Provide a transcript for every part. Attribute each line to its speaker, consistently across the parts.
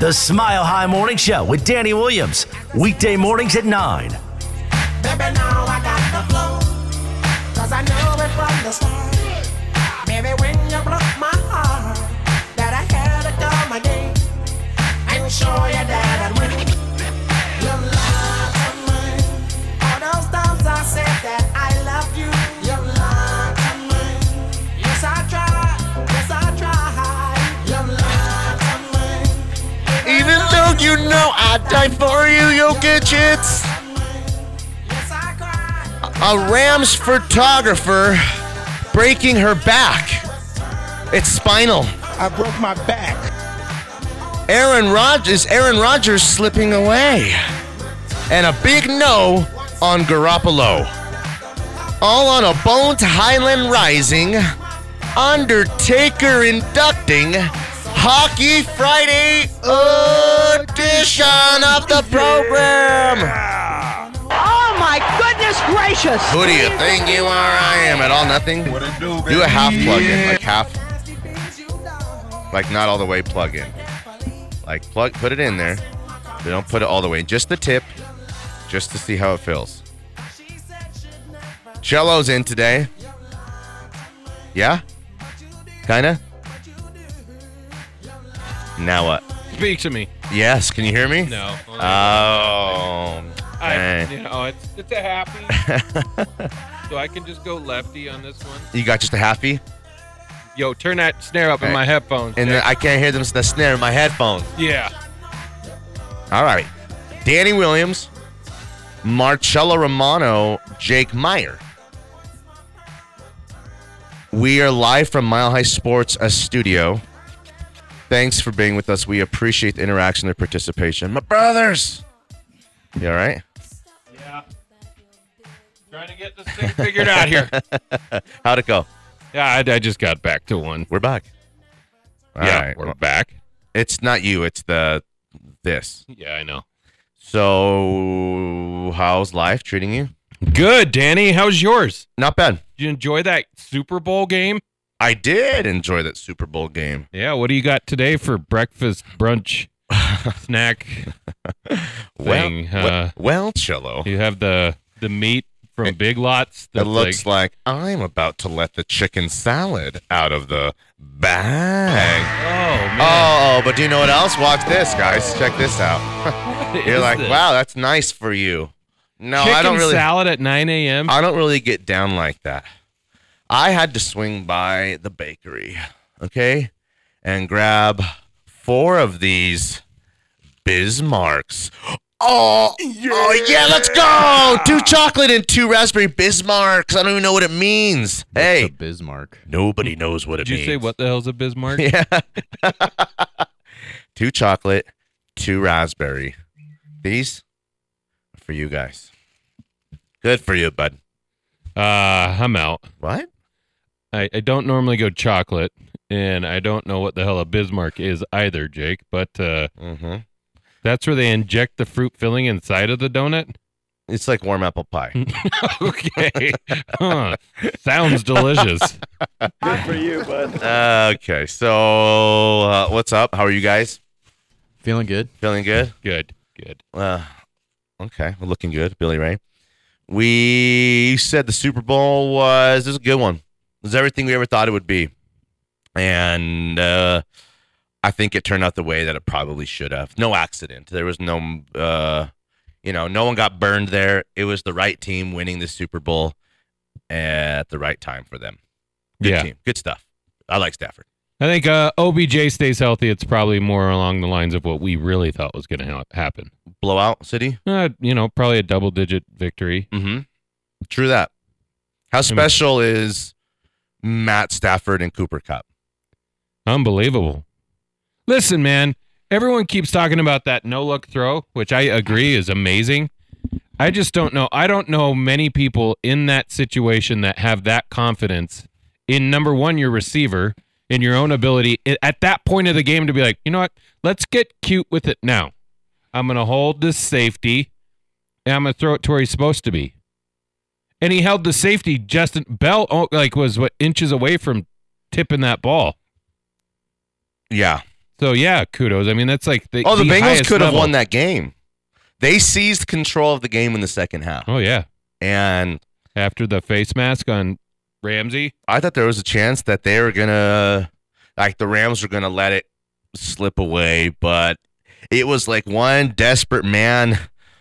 Speaker 1: The Smile High Morning Show with Danny Williams. Weekday mornings at 9.
Speaker 2: Baby, now I got the flow. Cause I know it from the start. Baby, when you broke my heart, that I had to come again. And show you that I'd win. Your love of mine. All those times I said that I love you. Your love of mine. Yes, I tried. Yes, I tried. Your love of mine.
Speaker 3: Even though you know I die for you, you'll get it.
Speaker 2: Yes, I cried.
Speaker 3: A Rams photographer breaking her back. It's spinal.
Speaker 4: I broke my back.
Speaker 3: Aaron Rodgers, Aaron Rodgers slipping away. And a big no on Garoppolo. All on a boned Highland Rising, Undertaker inducting, Hockey Friday edition of the program.
Speaker 5: Oh my goodness gracious!
Speaker 3: Who do you think you are? I am at all nothing.
Speaker 4: What it do, baby?
Speaker 3: Do a half plug in,
Speaker 4: Yeah.
Speaker 3: like half, like not all the way plug in. Like plug, put it in there. But don't put it all the way in, just the tip, just to see how it feels. Cello's in today. Yeah, kinda. Now what?
Speaker 6: Speak to me.
Speaker 3: Yes, can you hear me?
Speaker 6: No.
Speaker 3: Oh,
Speaker 6: I,
Speaker 3: Uh, dang.
Speaker 6: you know, it's, it's a happy. so I can just go lefty on this one.
Speaker 3: you got just a halfie,
Speaker 6: Yo, turn that snare up in
Speaker 3: Okay.
Speaker 6: my headphones.
Speaker 3: and then
Speaker 6: Jack.
Speaker 3: I can't hear them. The snare in my headphones.
Speaker 6: yeah.
Speaker 3: All right. Danny Williams, Marcello Romano, Jake Meyer. We are live from Mile High Sports a studio. Thanks for being with us. We appreciate the interaction and participation. My brothers. You all right?
Speaker 6: Yeah. Trying to get this thing figured out here.
Speaker 3: How'd it go?
Speaker 6: Yeah, I, I just got back to one.
Speaker 3: We're back. All
Speaker 6: yeah,
Speaker 3: right.
Speaker 6: we're back.
Speaker 3: It's not you, it's the this.
Speaker 6: Yeah, I know.
Speaker 3: So how's life treating you?
Speaker 6: Good, Danny. How's yours?
Speaker 3: Not bad.
Speaker 6: Did you enjoy that Super Bowl game?
Speaker 3: I did enjoy that Super Bowl game.
Speaker 6: Yeah, what do you got today for breakfast, brunch, snack? thing,
Speaker 3: Well, we-
Speaker 6: uh,
Speaker 3: well, Cello,
Speaker 6: You have the the meat from Big Lots.
Speaker 3: it
Speaker 6: that's
Speaker 3: looks like, I'm about to let the chicken salad out of the bag.
Speaker 6: oh man,
Speaker 3: Oh, but do you know what else? Watch this, guys. Check this out.
Speaker 6: What
Speaker 3: Oh, You're
Speaker 6: is
Speaker 3: like,
Speaker 6: this?
Speaker 3: wow, that's nice for you. No,
Speaker 6: Chicken
Speaker 3: I don't really.
Speaker 6: salad at 9 a.m.
Speaker 3: I don't really get down like that. I had to swing by the bakery, okay, and grab four of these Bismarcks. Oh, oh yeah, let's go! Two chocolate and two raspberry Bismarcks. I don't even know what it means. hey,
Speaker 7: The Bismarck.
Speaker 3: nobody knows what it
Speaker 6: Did you
Speaker 3: means.
Speaker 6: say what the hell's a Bismarck?
Speaker 3: Yeah. two chocolate, two raspberry. These are for you guys. Good for you, bud.
Speaker 6: Uh, I'm out.
Speaker 3: What?
Speaker 6: I, I don't normally go chocolate, and I don't know what the hell a Bismarck is either, Jake. But uh,
Speaker 3: Mm-hmm.
Speaker 6: that's where they inject the fruit filling inside of the donut.
Speaker 3: It's like warm apple pie.
Speaker 6: okay, huh. sounds delicious.
Speaker 3: okay, so uh, what's up? How are you guys?
Speaker 7: Feeling good?
Speaker 3: Feeling good?
Speaker 6: Good, good.
Speaker 3: Uh, okay, we're looking good, Billy Ray. We said the Super Bowl was this is a good one. It was everything we ever thought it would be, and uh, I think it turned out the way that it probably should have. No accident. There was no, uh, you know, no one got burned there. It was the right team winning the Super Bowl at the right time for them. Good
Speaker 6: yeah,
Speaker 3: team. Good stuff. I like Stafford.
Speaker 6: I think uh, OBJ stays healthy. It's probably more along the lines of what we really thought was going to ha- happen.
Speaker 3: Blowout City.
Speaker 6: Uh, you know, probably a double-digit victory.
Speaker 3: Mm-hmm. True that. How special is Matt Stafford and Cooper Cup?
Speaker 6: Unbelievable. Listen, man, everyone keeps talking about that no look throw, which I agree is amazing. I just don't know. I don't know many people in that situation that have that confidence in number one, your receiver, in your own ability i- at that point of the game to be like, you know what? Let's get cute with it now. I'm going to hold this safety and I'm going to throw it to where he's supposed to be. And he held the safety, Justin Bell, oh, like was what inches away from tipping that ball.
Speaker 3: Yeah.
Speaker 6: So yeah, kudos. I mean, that's like the
Speaker 3: Oh, the, Bengals
Speaker 6: highest
Speaker 3: could have
Speaker 6: level.
Speaker 3: won that game. They seized control of the game in the second half,
Speaker 6: Oh yeah,
Speaker 3: and
Speaker 6: after the face mask on Ramsey.
Speaker 3: I thought there was a chance that they were gonna, like the Rams were gonna let it slip away, but it was like one desperate man,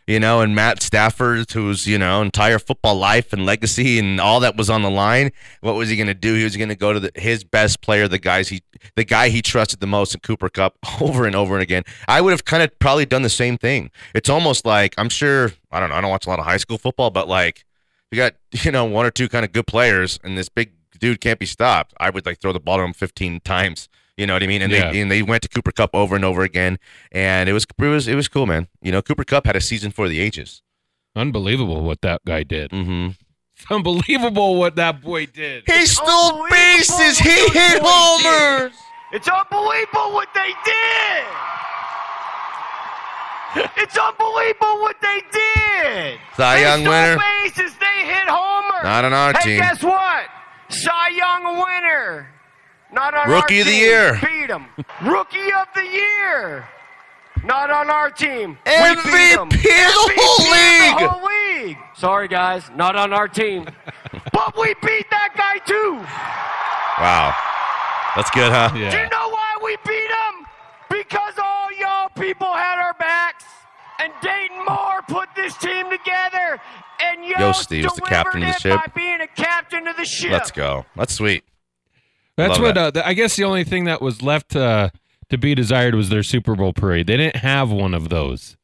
Speaker 3: you know, and Matt Stafford, whose you know entire football life and legacy and all that was on the line. What was he gonna do? He was gonna go to the, his best player, the guys he, the guy he trusted the most, in Cooper Cup, over and over and again. I would have kind of probably done the same thing. It's almost like I'm sure I don't know. I don't watch a lot of high school football, but like you got you know one or two kind of good players, and this big dude can't be stopped. I would like throw the ball to him 15 times. You know what I mean? And
Speaker 6: Yeah.
Speaker 3: they and they went to Cooper Cup over and over again, and it was it was it was cool, man. You know, Cooper Cup had a season for the ages.
Speaker 6: Unbelievable what that guy did.
Speaker 3: Mm-hmm.
Speaker 6: It's unbelievable what that boy did.
Speaker 3: He stole bases. He hit homers.
Speaker 8: It's unbelievable what they did. It's unbelievable what they did.
Speaker 3: Cy
Speaker 8: they
Speaker 3: Young
Speaker 8: stole
Speaker 3: winner.
Speaker 8: Bases, they hit homers.
Speaker 3: Not on our
Speaker 8: hey,
Speaker 3: team.
Speaker 8: guess what? Cy Young winner. Not on our
Speaker 3: Rookie of the
Speaker 8: team.
Speaker 3: year.
Speaker 8: Beat 'em. Rookie of the year. Not on our team. We beat 'em.
Speaker 3: MVP of the
Speaker 8: MVP
Speaker 3: league.
Speaker 8: of the whole league. Sorry, guys. Not on our team. but we beat that guy, too.
Speaker 3: Wow, that's good, huh?
Speaker 8: Do you
Speaker 6: Yeah.
Speaker 8: know why we beat them? Because all y'all people had our backs, and Dayton Moore put this team together, and y'all
Speaker 3: Yo, Steve is the
Speaker 8: delivered
Speaker 3: captain of the
Speaker 8: it
Speaker 3: ship.
Speaker 8: by being a captain of the ship.
Speaker 3: Let's go. That's sweet.
Speaker 6: That's
Speaker 3: Love
Speaker 6: what
Speaker 3: that.
Speaker 6: uh, th- I guess the only thing that was left uh, to be desired was their Super Bowl parade. They didn't have one of those.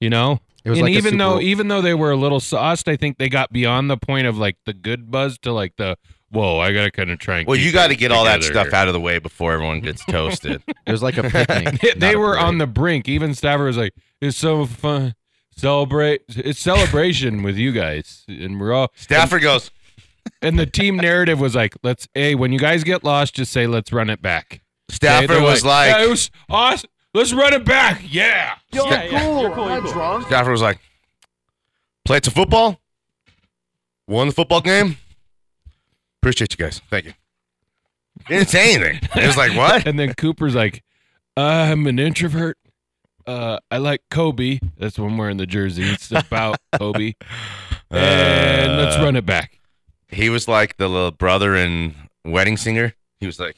Speaker 6: You know,
Speaker 7: It was
Speaker 6: and
Speaker 7: like a
Speaker 6: even
Speaker 7: Super
Speaker 6: though
Speaker 7: Bowl-
Speaker 6: even though they were a little sauced, I think they got beyond the point of like the good buzz to like the whoa. I gotta kind of try and
Speaker 3: Well,
Speaker 6: keep
Speaker 3: you got to
Speaker 6: it
Speaker 3: get all that
Speaker 6: together
Speaker 3: stuff out of the way before everyone gets toasted.
Speaker 7: It was like a picnic.
Speaker 6: here." they
Speaker 7: not a
Speaker 6: were
Speaker 7: parade.
Speaker 6: on the brink. Even Stafford was like, "It's so fun." Celebrate! It's celebration with you guys, and we're all
Speaker 3: Stafford goes.
Speaker 6: And the team narrative was like, let's hey, when you guys get lost, just say let's run it back. Okay?
Speaker 3: Stafford
Speaker 6: They're
Speaker 3: was like.
Speaker 6: "Yeah, it was awesome. Let's run it back. Yeah.
Speaker 3: Stafford was like, played some football, won the football game. Appreciate you guys. Thank you. He didn't say anything. He was like, what?
Speaker 6: And then Cooper's like, I'm an introvert. Uh, I like Kobe. That's when we're in the jersey. It's about Kobe. And let's
Speaker 3: Uh,
Speaker 6: run it back.
Speaker 3: He was like the little brother in Wedding Singer. He was like,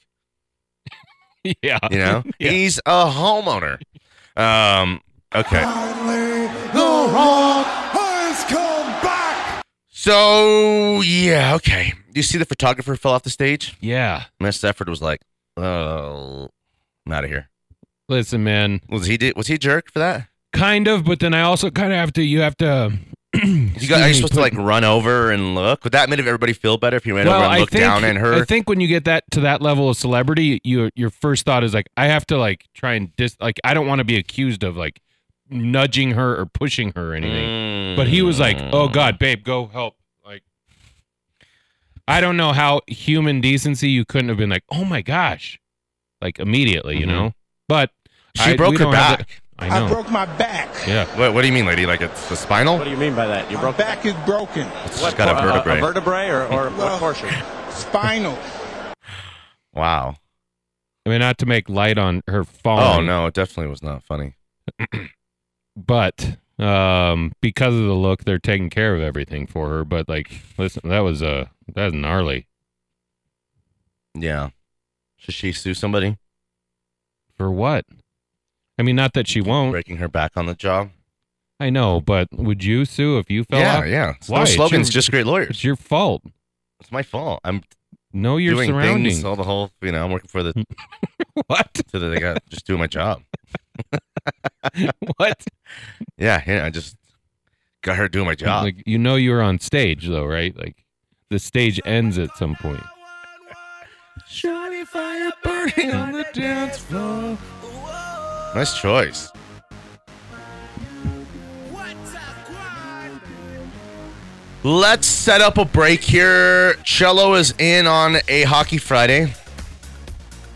Speaker 6: yeah.
Speaker 3: you know,
Speaker 6: Yeah.
Speaker 3: he's a homeowner. Um, okay. So, yeah, okay. You see the photographer fell off the stage?
Speaker 6: Yeah.
Speaker 3: Matt Stafford was like, oh, I'm out of here.
Speaker 6: Listen, man.
Speaker 3: Was he, was he a jerk for that?
Speaker 6: Kind of, but then I also kind of have to you have to
Speaker 3: You got, are you supposed to like run over and look? Would that made everybody feel better if you ran over and looked down at her?
Speaker 6: I think when you get that to that level of celebrity, you your first thought is like, I have to like try and dis like I don't want to be accused of like nudging her or pushing her or anything. But he was
Speaker 3: Mm.
Speaker 6: like, Oh God, babe, go help. Like I don't know how human decency you couldn't have been like, Oh my gosh. Like immediately, you
Speaker 3: Mhm.
Speaker 6: know? But
Speaker 3: She
Speaker 6: oh, I-
Speaker 3: broke
Speaker 6: we
Speaker 3: her
Speaker 6: don't have
Speaker 3: back.
Speaker 6: the- I
Speaker 4: I
Speaker 6: know.
Speaker 4: broke my back.
Speaker 6: Yeah.
Speaker 3: What, what do you mean, lady? Like it's the spinal?
Speaker 9: What do you mean by that? You
Speaker 4: My
Speaker 9: broke
Speaker 4: back is broken.
Speaker 3: It's just got a vertebrae.
Speaker 9: A, vertebrae or, or
Speaker 4: Well-
Speaker 9: what portion?
Speaker 4: Spinal.
Speaker 3: wow.
Speaker 6: I mean not to make light on her falling.
Speaker 3: Oh no, it definitely was not funny.
Speaker 6: but um because of the look they're taking care of everything for her but like listen that was uh that was gnarly
Speaker 3: Yeah. Should she sue somebody
Speaker 6: for what i mean not that she won't
Speaker 3: breaking her back on the job?
Speaker 6: i know but would you sue if you fell
Speaker 3: yeah,
Speaker 6: off
Speaker 3: yeah. It's
Speaker 6: Why?
Speaker 3: No
Speaker 6: It's
Speaker 3: slogans,
Speaker 6: your-
Speaker 3: just great lawyers.
Speaker 6: it's your fault
Speaker 3: It's my fault. I'm
Speaker 6: know your
Speaker 3: doing
Speaker 6: surroundings
Speaker 3: things all the whole. You know, I'm working for the
Speaker 6: what
Speaker 3: to the. I got just doing my job.
Speaker 6: what
Speaker 3: Yeah, yeah. I just got her doing my job.
Speaker 6: like you know you're on stage though right like the stage ends at some point
Speaker 3: Shiny fire burning on the dance floor. Nice choice. Let's set up a break here. Cello is in on a Hockey Friday.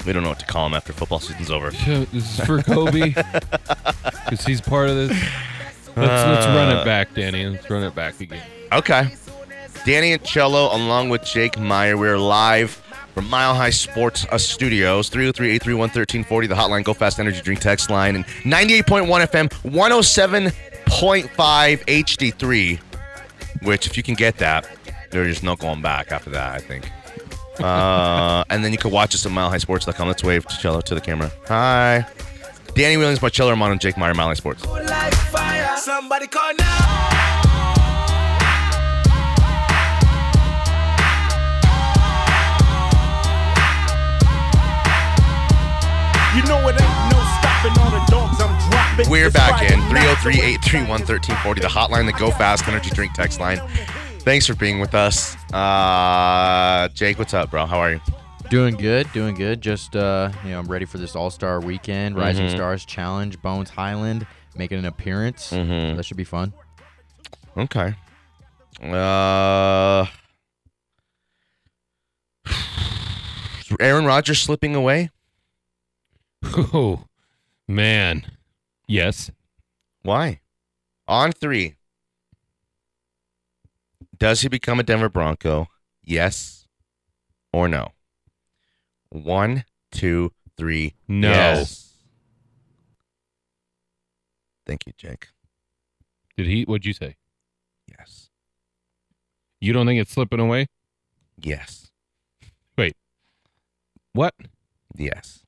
Speaker 3: We don't know what to call him after football season's over.
Speaker 6: this is for kobe because he's part of this let's let's run it back danny let's run it back again
Speaker 3: Okay. Danny and Cello, along with Jake Meyer, we're live from Mile High Sports uh, Studios, 303 831 1340, the hotline, Go Fast Energy Drink text line, and 98.1 FM, 107.5 HD3, which, if you can get that, there's no going back after that, I think. Uh, and then you can watch us at milehighsports.com. Let's wave Cello to the camera. Hi. Danny Williams, Marcello Romano, and Jake Meyer, Mile High Sports.
Speaker 2: Like fire. Somebody call now.
Speaker 9: You know it ain't no stopping all the dogs I'm dropping.
Speaker 3: We're
Speaker 9: It's
Speaker 3: back
Speaker 9: Friday
Speaker 3: in
Speaker 9: night,
Speaker 3: 303 831
Speaker 9: so it's
Speaker 3: 1340, the hotline, the Go Fast Energy Drink text line. Thanks for being with us. Uh, Jake, what's up, bro? How are you?
Speaker 7: Doing good, doing good. Just uh, you know, I'm ready for this All Star Weekend, Rising Stars Challenge, Bones Highland making an appearance. That should be fun.
Speaker 3: Okay. Uh, is Aaron Rodgers slipping away?
Speaker 6: Oh, man. Yes.
Speaker 3: Why? On three. Does he become a Denver Bronco? Yes or no? One, two, three.
Speaker 6: No.
Speaker 3: Yes. Thank you, Jake.
Speaker 6: Did he? What'd you say?
Speaker 3: Yes.
Speaker 6: You don't think it's slipping away?
Speaker 3: Yes.
Speaker 6: What?
Speaker 3: Yes.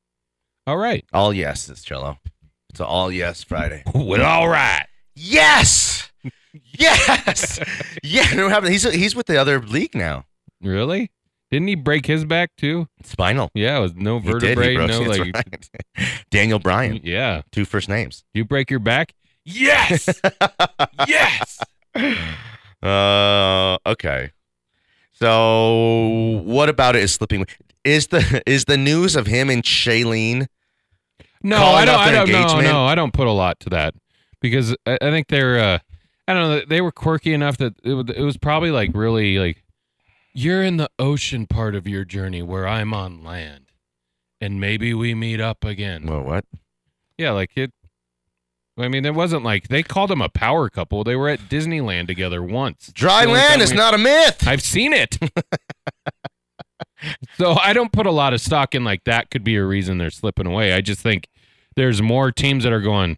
Speaker 6: All right.
Speaker 3: All yeses, Cello. It's an all yes Friday.
Speaker 6: Well, all right.
Speaker 3: Yes. Yes. yeah. I know what happened. He's he's with the other league now.
Speaker 6: Really? Didn't he break his back too?
Speaker 3: Spinal.
Speaker 6: Yeah, with no
Speaker 3: He did, he
Speaker 6: vertebrae,
Speaker 3: broke-
Speaker 6: no
Speaker 3: that's
Speaker 6: like.
Speaker 3: right. Daniel Bryan.
Speaker 6: Yeah.
Speaker 3: Two first names.
Speaker 6: You break your back? Yes. yes.
Speaker 3: Uh, okay. So what about it is slipping? Is the is the news of him and Shailene?
Speaker 6: No,
Speaker 3: Calling
Speaker 6: I don't.
Speaker 3: out
Speaker 6: I
Speaker 3: their
Speaker 6: don't. No,
Speaker 3: engagement?
Speaker 6: no, I don't put a lot to that because I, I think they're. Uh, I don't know. They were quirky enough that it, wa- it was probably like really like you're in the ocean part of your journey where I'm on land, and maybe we meet up again.
Speaker 3: Well, what?
Speaker 6: Yeah, like it. I mean, it wasn't like they called them a power couple. They were at Disneyland together once.
Speaker 3: Dry
Speaker 6: The only time
Speaker 3: land is
Speaker 6: we-
Speaker 3: not a myth.
Speaker 6: I've seen it. so I don't put a lot of stock in like that could be a reason they're slipping away. I just think there's more teams that are going,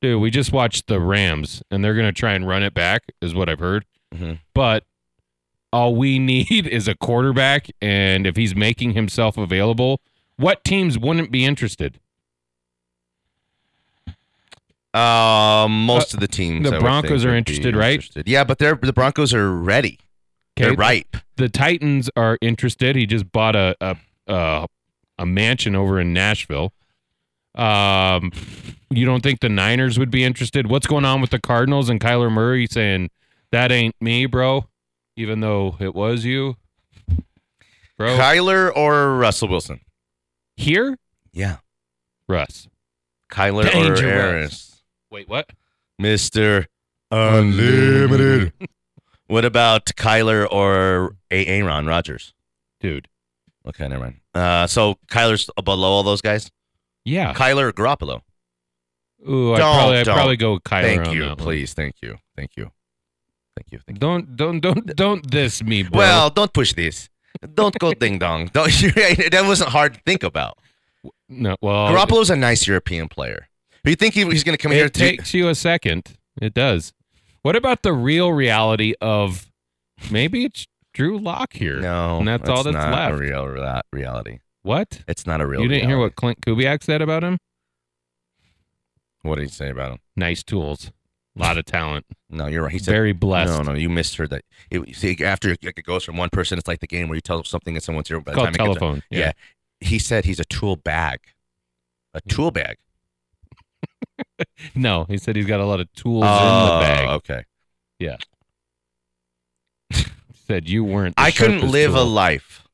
Speaker 6: dude, we just watched the Rams and they're going to try and run it back, is what I've heard.
Speaker 3: Mhm.
Speaker 6: But all we need is a quarterback. And if he's making himself available, what teams wouldn't be interested?
Speaker 3: Um, most of the teams.
Speaker 6: Uh, the
Speaker 3: I would
Speaker 6: Broncos
Speaker 3: think, would
Speaker 6: are
Speaker 3: be
Speaker 6: interested, right?
Speaker 3: interested. Yeah, but they're the Broncos are ready. They're ripe.
Speaker 6: the Titans are interested. He just bought a a a, a mansion over in Nashville. Um, you don't think the Niners would be interested? What's going on with the Cardinals and Kyler Murray saying that ain't me, bro? Even though it was you, bro.
Speaker 3: Kyler or Russell Wilson?
Speaker 6: Here,
Speaker 3: Yeah,
Speaker 6: Russ.
Speaker 3: Kyler
Speaker 6: Dangerous.
Speaker 3: or Harris,
Speaker 6: Wait, what?
Speaker 3: Mister Unlimited. what about Kyler or a- Aaron Rodgers?
Speaker 6: Dude.
Speaker 3: Okay, never mind. Uh, so Kyler's below all those guys.
Speaker 6: Yeah.
Speaker 3: Kyler or Garoppolo?
Speaker 6: Ooh, I
Speaker 3: Don't,
Speaker 6: probably I
Speaker 3: don't.
Speaker 6: probably go with Kyler.
Speaker 3: Thank
Speaker 6: on
Speaker 3: you,
Speaker 6: that one.
Speaker 3: please. Thank you. Thank you. Thank you. Thank you.
Speaker 6: Don't don't don't don't this me, bro.
Speaker 3: Well, don't push this. Don't go ding dong. Don't. that wasn't hard to think about.
Speaker 6: no. Well,
Speaker 3: Garoppolo's a nice European player. Do you think he, he's going to come
Speaker 6: Oh, it
Speaker 3: here? To,
Speaker 6: takes you a second. It does. What about the real reality of maybe it's Drew Lock here?
Speaker 3: no,
Speaker 6: and that's all that's
Speaker 3: not
Speaker 6: left.
Speaker 3: A real rea- reality.
Speaker 6: What?
Speaker 3: It's not a real.
Speaker 6: you didn't hear
Speaker 3: reality.
Speaker 6: what Clint Kubiak said about him?
Speaker 3: What did he say about him?
Speaker 6: Nice tools, a lot of talent,
Speaker 3: No, you're right. He said
Speaker 6: very blessed.
Speaker 3: No, no, you misheard that. It, you see, after it it goes from one person, it's like the game where you tell something and someone's here. By
Speaker 6: It's
Speaker 3: the time
Speaker 6: called
Speaker 3: it gets-
Speaker 6: telephone.
Speaker 3: Yeah. He said he's a tool bag. A tool bag.
Speaker 6: No, he said he's got a lot of tools
Speaker 3: Oh,
Speaker 6: in the bag.
Speaker 3: Okay.
Speaker 6: Said you weren't. the
Speaker 3: I couldn't
Speaker 6: sharpest
Speaker 3: live a
Speaker 6: tool.
Speaker 3: life,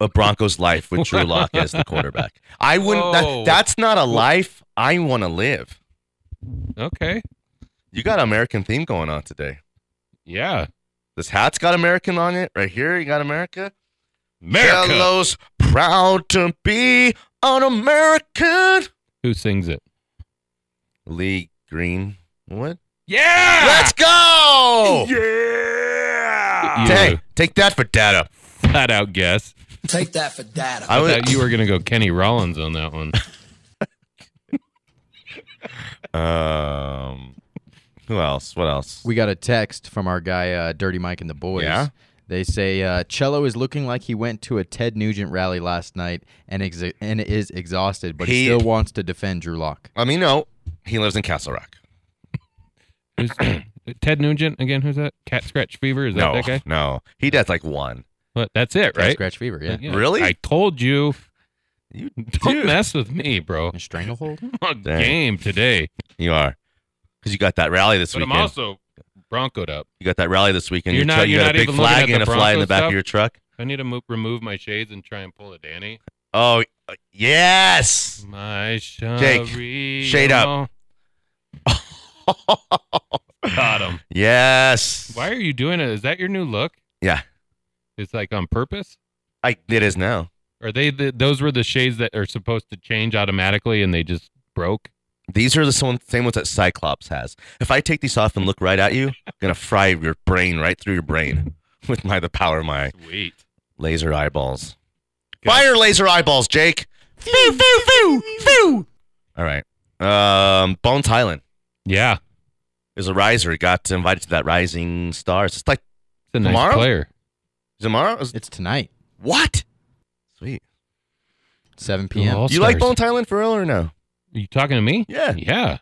Speaker 3: a Broncos life with Drew Lock as the quarterback. I wouldn't.
Speaker 6: Whoa.
Speaker 3: That, that's not a life I want to live.
Speaker 6: Okay.
Speaker 3: You got an American theme going on today.
Speaker 6: Yeah.
Speaker 3: This hat's got American on it. Right here, you got America.
Speaker 6: America.
Speaker 3: Fellows proud to be an American.
Speaker 6: Who sings it?
Speaker 3: Lee Green. What?
Speaker 6: Yeah.
Speaker 3: Let's go!
Speaker 6: You
Speaker 3: Ah. Uh, Hey, take that for data.
Speaker 6: flat out guess.
Speaker 10: Take that for data.
Speaker 3: I
Speaker 6: I
Speaker 3: was,
Speaker 6: thought you were going to go Kenny Rollins on that one.
Speaker 3: um, who else? What else?
Speaker 7: We got a text from our guy, uh, Dirty Mike and the Boys.
Speaker 3: Yeah?
Speaker 7: They say uh, Cello is looking like he went to a Ted Nugent rally last night and ex- and is exhausted, but he,
Speaker 3: He-
Speaker 7: still wants to defend Drew Lock.
Speaker 3: I mean, no, he lives in Castle Rock.
Speaker 6: Who's- Ted Nugent again? Who's that? Cat scratch fever? Is that
Speaker 3: no,
Speaker 6: that guy?
Speaker 3: no, he does like one.
Speaker 6: But that's it,
Speaker 7: Cat
Speaker 6: right?
Speaker 7: Scratch fever, yeah.
Speaker 6: Yeah.
Speaker 3: Really?
Speaker 6: I told you.
Speaker 3: You
Speaker 6: Don't
Speaker 3: do.
Speaker 6: mess with me, bro.
Speaker 7: A stranglehold.
Speaker 6: I'm
Speaker 3: Dang.
Speaker 6: game today,
Speaker 3: You are, because you got that rally this
Speaker 6: but I'm
Speaker 3: weekend.
Speaker 6: also broncoed up.
Speaker 3: you got that rally this weekend.
Speaker 6: You're
Speaker 3: Your
Speaker 6: not-
Speaker 3: truck- you
Speaker 6: you're
Speaker 3: got
Speaker 6: not
Speaker 3: a big
Speaker 6: even looking
Speaker 3: flag
Speaker 6: at
Speaker 3: and a
Speaker 6: the
Speaker 3: fly in the
Speaker 6: Broncos
Speaker 3: back
Speaker 6: stuff?
Speaker 3: of your truck.
Speaker 6: I need to mo- remove my shades and try and pull a Danny.
Speaker 3: Oh yes.
Speaker 6: My
Speaker 3: Jake,
Speaker 6: Shario.
Speaker 3: shade up.
Speaker 6: Got him.
Speaker 3: yes.
Speaker 6: Why are you doing it? Is that your new look?
Speaker 3: Yeah.
Speaker 6: It's like on purpose.
Speaker 3: I, it is now.
Speaker 6: Are they the, those were the shades that are supposed to change automatically and they just broke?
Speaker 3: These are the same same ones that Cyclops has. If I take these off and look right at you, I'm gonna fry your brain right through your brain with my the power of my
Speaker 6: Sweet.
Speaker 3: laser eyeballs. Fire laser eyeballs, Jake. Phew, phew, phew, phew. All right. Um, Bones Highland
Speaker 6: Yeah.
Speaker 3: is a riser. He got invited to that Rising Stars. It's like
Speaker 6: It's a nice
Speaker 3: Tomorrow?
Speaker 6: player.
Speaker 3: tomorrow. Is-
Speaker 7: It's tonight,
Speaker 3: What? Sweet.
Speaker 7: 7 p.m.
Speaker 6: All
Speaker 3: You like
Speaker 6: stars.
Speaker 3: Bones Highland for real or no?
Speaker 6: Are you talking to me?
Speaker 3: Yeah.
Speaker 6: Yeah.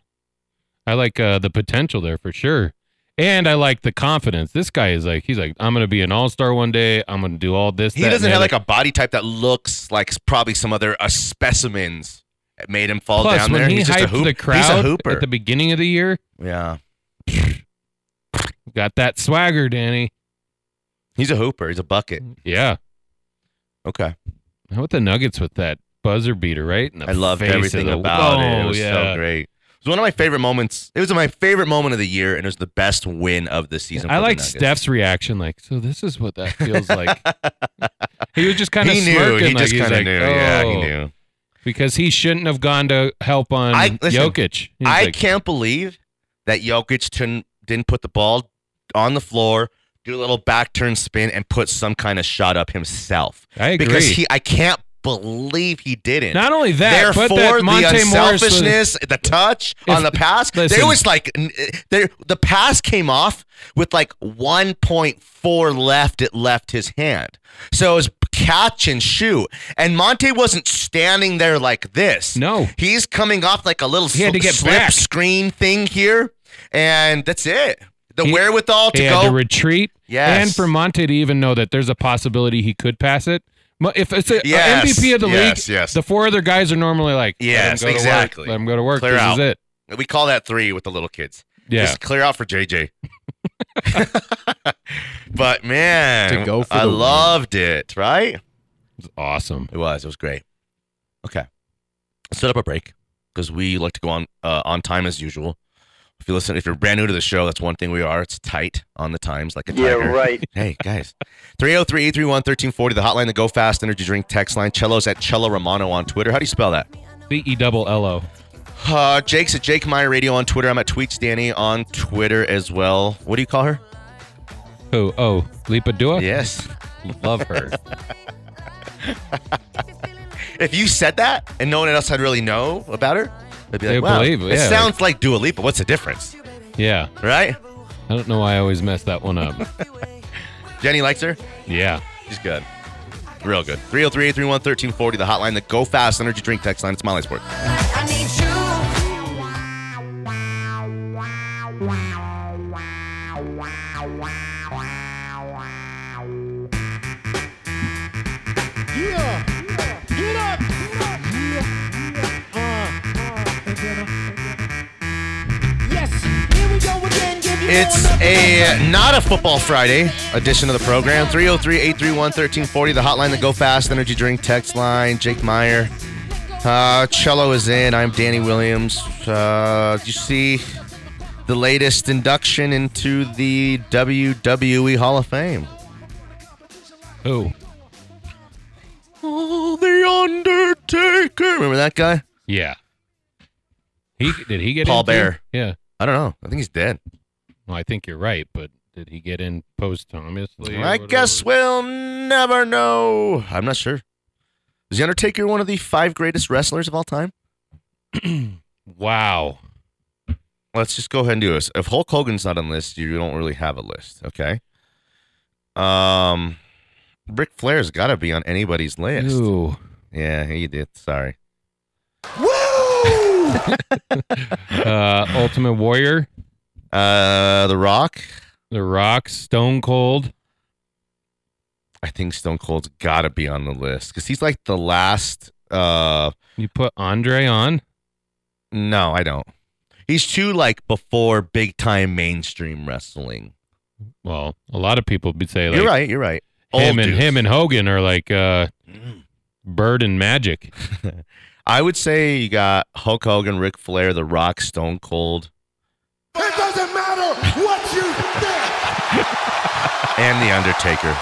Speaker 6: I like uh, the potential there for sure. And I like the confidence. This guy is like, he's like, I'm going to be an all star one day. I'm going to do all this.
Speaker 3: He doesn't have like a body type that looks like probably some other uh, specimens. It made him fall
Speaker 6: Plus,
Speaker 3: down
Speaker 6: when
Speaker 3: there.
Speaker 6: he
Speaker 3: He's just a
Speaker 6: hyped
Speaker 3: hoop.
Speaker 6: the crowd
Speaker 3: He's a hooper.
Speaker 6: at the beginning of the year,
Speaker 3: yeah.
Speaker 6: got that swagger, Danny.
Speaker 3: He's a hooper. He's a bucket.
Speaker 6: Yeah.
Speaker 3: Okay.
Speaker 6: How about the Nuggets with that buzzer beater, right? In the
Speaker 3: I loved
Speaker 6: face of
Speaker 3: everything
Speaker 6: the-
Speaker 3: about it. It
Speaker 6: Oh,
Speaker 3: was
Speaker 6: yeah.
Speaker 3: so great. It was one of my favorite moments. It was my favorite moment of the year, and it was the best win of the season.
Speaker 6: I
Speaker 3: for the
Speaker 6: like
Speaker 3: Nuggets.
Speaker 6: Steph's reaction, like, so this is what that feels like. he was just kind of
Speaker 3: He knew.
Speaker 6: smirking,
Speaker 3: He
Speaker 6: like,
Speaker 3: just
Speaker 6: he's
Speaker 3: kind of
Speaker 6: like,
Speaker 3: knew. Yeah, he
Speaker 6: "Oh,"
Speaker 3: knew.
Speaker 6: because he shouldn't have gone to help on
Speaker 3: I- listen,
Speaker 6: Jokic. He's
Speaker 3: I
Speaker 6: like,
Speaker 3: can't believe that Jokic turn, didn't put the ball on the floor, do a little back turn spin, and put some kind of shot up himself.
Speaker 6: I agree.
Speaker 3: Because he, I can't believe he didn't.
Speaker 6: Not only that,
Speaker 3: Therefore,
Speaker 6: but that Monte
Speaker 3: the
Speaker 6: Morris was-
Speaker 3: unselfishness, the touch on the pass,
Speaker 6: listen.
Speaker 3: there was like n- there the pass came off with like 1.4 left. It left his hand, so it was catch and shoot. And Monte wasn't standing there like this.
Speaker 6: No.
Speaker 3: he's coming off like a little
Speaker 6: He had to
Speaker 3: sl-
Speaker 6: get
Speaker 3: slip
Speaker 6: back.
Speaker 3: screen thing here, and that's it. The
Speaker 6: He-
Speaker 3: wherewithal to
Speaker 6: he
Speaker 3: go.
Speaker 6: had to retreat.
Speaker 3: Yes.
Speaker 6: And for Monte to even know that there's a possibility he could pass it. Mo- If it's a, a
Speaker 3: Yes,
Speaker 6: MVP of the
Speaker 3: yes,
Speaker 6: league,
Speaker 3: yes.
Speaker 6: the four other guys are normally like, "Let him
Speaker 3: Yes,
Speaker 6: go to work.
Speaker 3: exactly.
Speaker 6: Let him go to work.
Speaker 3: Clear
Speaker 6: this
Speaker 3: out.
Speaker 6: is it.
Speaker 3: we call that three with the little kids.
Speaker 6: Yeah.
Speaker 3: Just clear out for JJ. but man,
Speaker 7: To go for
Speaker 3: I
Speaker 7: the win.
Speaker 3: loved it, right?
Speaker 6: It's awesome.
Speaker 3: It was. It was great. Okay. Set up a break because we like to go on uh, on time as usual. If you listen, if you're brand new to the show, that's one thing we are. It's tight on the times, like a tiger.
Speaker 8: right.
Speaker 3: Hey, guys. 303 831 1340, the hotline, the Go Fast Energy Drink text line. Cello's at Cello Romano on Twitter. How do you spell that?
Speaker 6: C E double L O.
Speaker 3: Uh, Jake's at Jake Meyer Radio on Twitter. I'm at Tweets Danny on Twitter as well. What do you call her?
Speaker 6: Who? Oh, Lipa Dua.
Speaker 3: Yes.
Speaker 6: Love her.
Speaker 3: If you said that and no one else had really know about her, they'd be like,
Speaker 6: They
Speaker 3: wow,
Speaker 6: believe it,
Speaker 3: it
Speaker 6: yeah.
Speaker 3: sounds like Dua Lipa. What's the difference,
Speaker 6: yeah.
Speaker 3: right?
Speaker 6: I don't know why I always mess that one up.
Speaker 3: Jenny likes her.
Speaker 6: yeah.
Speaker 3: She's good. Real good. 303 831 1340, the hotline, the Go Fast Energy Drink text line. It's Molly Sport.
Speaker 2: I need you.
Speaker 9: Yeah. Get up. Yeah. Uh, and then, uh, Yes. Here we go again. Give you
Speaker 3: It's
Speaker 9: all another
Speaker 3: a not a Football Friday edition of the program. 303 831 1340, the hotline, the Go Fast Energy Drink text line. Jake Meyer. Uh, Cello is in. I'm Danny Williams. Uh, did you see the latest induction into the WWE Hall of Fame?
Speaker 6: Who?
Speaker 3: Oh, The Undertaker. Remember that guy?
Speaker 6: Yeah. He did he get
Speaker 3: Paul
Speaker 6: in too?
Speaker 3: Bear.
Speaker 6: Yeah.
Speaker 3: I don't know. I think he's dead.
Speaker 6: Well, I think you're right, but Did he get in posthumously? or
Speaker 3: I guess
Speaker 6: whatever?
Speaker 3: we'll never know. I'm not sure. Is The Undertaker one of the five greatest wrestlers of all time?
Speaker 6: Wow.
Speaker 3: Let's just go ahead and do this. If Hulk Hogan's not on the list, you don't really have a list, okay? Um, Ric Flair's got to be on anybody's list.
Speaker 6: Ooh.
Speaker 3: Yeah, he did. Sorry.
Speaker 6: Uh, Ultimate Warrior,
Speaker 3: Uh, The Rock.
Speaker 6: The Rock, Stone Cold.
Speaker 3: I think Stone Cold's got to be on the list because he's like the last. Uh,
Speaker 6: You put Andre on.
Speaker 3: no, I don't. He's too like before big time mainstream wrestling.
Speaker 6: Well, a lot of people would say like
Speaker 3: you're right. You're right.
Speaker 6: him
Speaker 3: Old
Speaker 6: and
Speaker 3: dudes. Mm.
Speaker 6: him and Hogan are like uh, Bird and Magic.
Speaker 3: I would say you got Hulk Hogan, Ric Flair, The Rock, Stone Cold,
Speaker 9: It doesn't matter what you think.
Speaker 3: and The Undertaker.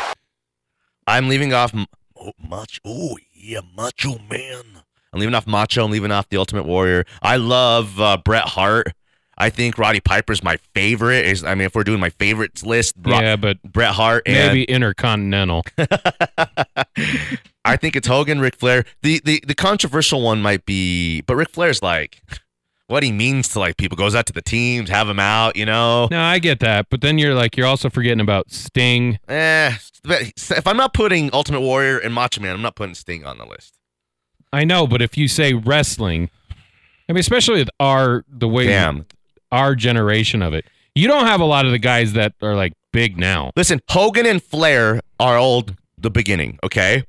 Speaker 3: I'm leaving off m- oh, much. Oh yeah, Macho Man. I'm leaving off Macho. I'm leaving off the Ultimate Warrior. I love uh, Bret Hart. I think Roddy Piper's my favorite. Is I mean, if we're doing my favorites list, Ro-
Speaker 6: yeah, but
Speaker 3: Bret Hart and
Speaker 6: maybe Intercontinental.
Speaker 3: I think it's Hogan, Ric Flair. The, the the controversial one might be, but Ric Flair's like what he means to like people. Goes out to the teams, have them out, you know.
Speaker 6: no, I get that, but then you're like you're also forgetting about Sting.
Speaker 3: Eh, but if I'm not putting Ultimate Warrior and Macho Man, I'm not putting Sting on the list.
Speaker 6: I know, but if you say wrestling, I mean, especially with our the way
Speaker 3: Damn.
Speaker 6: our generation of it, you don't have a lot of the guys that are like big now.
Speaker 3: Listen, Hogan and Flair are old the beginning, okay?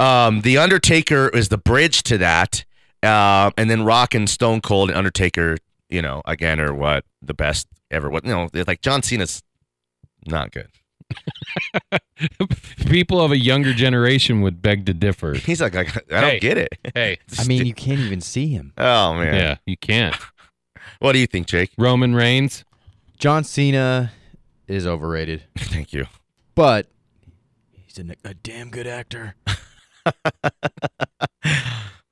Speaker 3: Um, the Undertaker is the bridge to that. Uh, and then Rock and Stone Cold and Undertaker, you know, again are what the best ever. What you know, it's like John Cena's not good.
Speaker 6: People of a younger generation would beg to differ.
Speaker 3: He's like, I, I don't
Speaker 6: Hey.
Speaker 3: get it.
Speaker 6: Hey,
Speaker 7: I mean, you can't even see him.
Speaker 3: oh man,
Speaker 6: yeah, you can't.
Speaker 3: what do you think, Jake?
Speaker 6: Roman Reigns.
Speaker 7: John Cena is overrated,
Speaker 3: Thank you.
Speaker 7: but he's a, a damn good actor.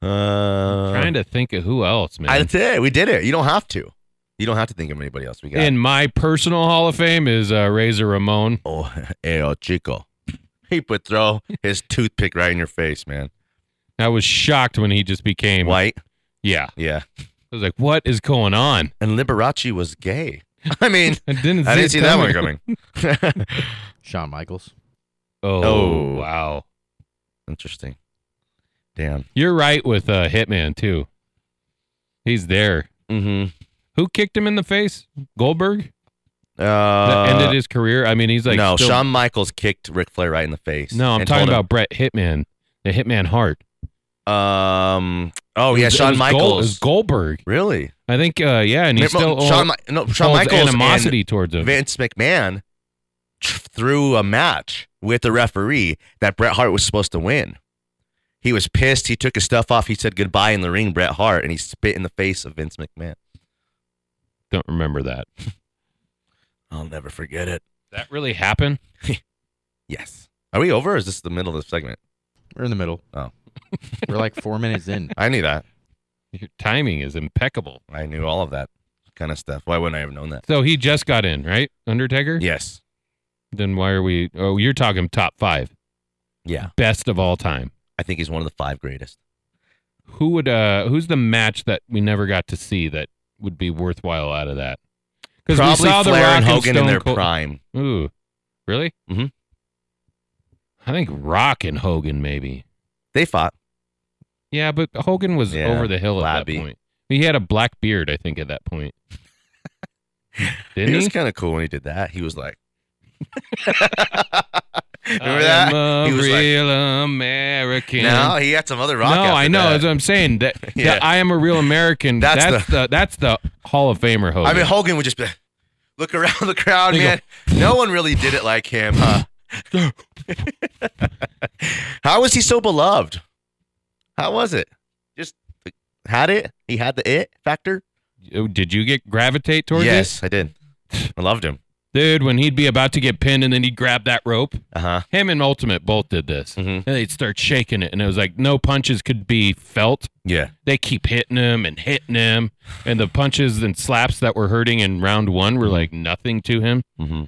Speaker 3: Uh,
Speaker 6: Trying to think of who else, man.
Speaker 3: I did it. We did it. You don't have to. You don't have to think of anybody else. We got.
Speaker 6: In my personal Hall of Fame is uh, Razor Ramon.
Speaker 3: oh, hey, oh, Chico. He would throw his toothpick right in your face, man.
Speaker 6: I was shocked when he just became.
Speaker 3: White.
Speaker 6: Yeah,
Speaker 3: Yeah.
Speaker 6: I was like, "What is going on?"
Speaker 3: And Liberace was gay. I mean,
Speaker 6: I didn't.
Speaker 3: I didn't
Speaker 6: it
Speaker 3: see that one coming.
Speaker 7: Shawn Michaels.
Speaker 6: Oh,
Speaker 3: Oh.
Speaker 6: wow,
Speaker 3: Interesting. Damn.
Speaker 6: you're right with uh, Hitman too. He's there.
Speaker 3: Mm-hmm.
Speaker 6: Who kicked him in the face? Goldberg.
Speaker 3: Uh,
Speaker 6: That ended his career. I mean, he's like
Speaker 3: no,
Speaker 6: still-
Speaker 3: Shawn Michaels kicked Ric Flair right in the face.
Speaker 6: No, I'm
Speaker 3: and
Speaker 6: talking
Speaker 3: told him-
Speaker 6: about Brett Hitman, the Hitman Hart.
Speaker 3: Um. Oh yeah,
Speaker 6: It
Speaker 3: Shawn
Speaker 6: was Gold-
Speaker 3: Michaels.
Speaker 6: it was Goldberg.
Speaker 3: Really?
Speaker 6: I think. Uh, yeah, and he
Speaker 3: Mi-
Speaker 6: still
Speaker 3: Shawn,
Speaker 6: holds-
Speaker 3: Mi- no, Shawn
Speaker 6: holds
Speaker 3: Michaels
Speaker 6: animosity towards him.
Speaker 3: and Vince McMahon tr- threw a match with the referee that Bret Hart was supposed to win. He was pissed. He took his stuff off. He said goodbye in the ring, Bret Hart, and he spit in the face of Vince McMahon.
Speaker 6: Don't remember that.
Speaker 3: I'll never forget it.
Speaker 6: That really happened.
Speaker 3: Yes. Are we over? or Is this the middle of the segment?
Speaker 7: We're in the middle.
Speaker 3: Oh.
Speaker 7: We're like four minutes in.
Speaker 3: I knew that.
Speaker 6: Your timing is impeccable.
Speaker 3: I knew all of that kind of stuff. Why wouldn't I have known that?
Speaker 6: So he just got in, right? Undertaker?
Speaker 3: Yes.
Speaker 6: Then why are we Oh, you're talking top 5.
Speaker 3: Yeah.
Speaker 6: Best of all time.
Speaker 3: I think he's one of the five greatest.
Speaker 6: Who would uh who's the match that we never got to see that would be worthwhile out of that? Cuz we
Speaker 3: Probably
Speaker 6: saw the
Speaker 3: Flair
Speaker 6: Rock
Speaker 3: and Hogan in
Speaker 6: Stone
Speaker 3: their
Speaker 6: Cold-
Speaker 3: prime.
Speaker 6: Ooh. Really?
Speaker 3: Mhm. Mm-hmm.
Speaker 6: I think Rock and Hogan maybe.
Speaker 3: They fought.
Speaker 6: Yeah, but Hogan was
Speaker 3: Yeah,
Speaker 6: over the hill at
Speaker 3: flabby.
Speaker 6: that point. He had a black beard, I think, at that point. Didn't
Speaker 3: It
Speaker 6: he?
Speaker 3: was kind of cool when he did that. He was like,
Speaker 6: I
Speaker 3: remember that?
Speaker 6: am a
Speaker 3: he was
Speaker 6: real American.
Speaker 3: like, no, he had some other rock.
Speaker 6: no,
Speaker 3: after
Speaker 6: I know.
Speaker 3: that.
Speaker 6: That's what I'm saying. That,
Speaker 3: Yeah.
Speaker 6: that I am a real American.
Speaker 3: That's
Speaker 6: That's, the, that's the Hall of Famer Hogan.
Speaker 3: I mean, Hogan would just be, like, look around the crowd,
Speaker 6: They go,
Speaker 3: man. no one really did it like him, huh? How was he so beloved? How was it? Just like, had it. He had the it factor.
Speaker 6: Oh, did you get gravitate towards
Speaker 3: yes, I did. I loved him.
Speaker 6: this? dude? When he'd be about to get pinned, and then he'd grab that rope.
Speaker 3: Uh huh.
Speaker 6: Him and Ultimate both did this,
Speaker 3: Mhm.
Speaker 6: and they'd start shaking it, and it was like no punches could be felt.
Speaker 3: Yeah.
Speaker 6: They keep hitting him and hitting him, and the punches and slaps that were hurting in round one were like nothing to him.
Speaker 3: Mm-hmm.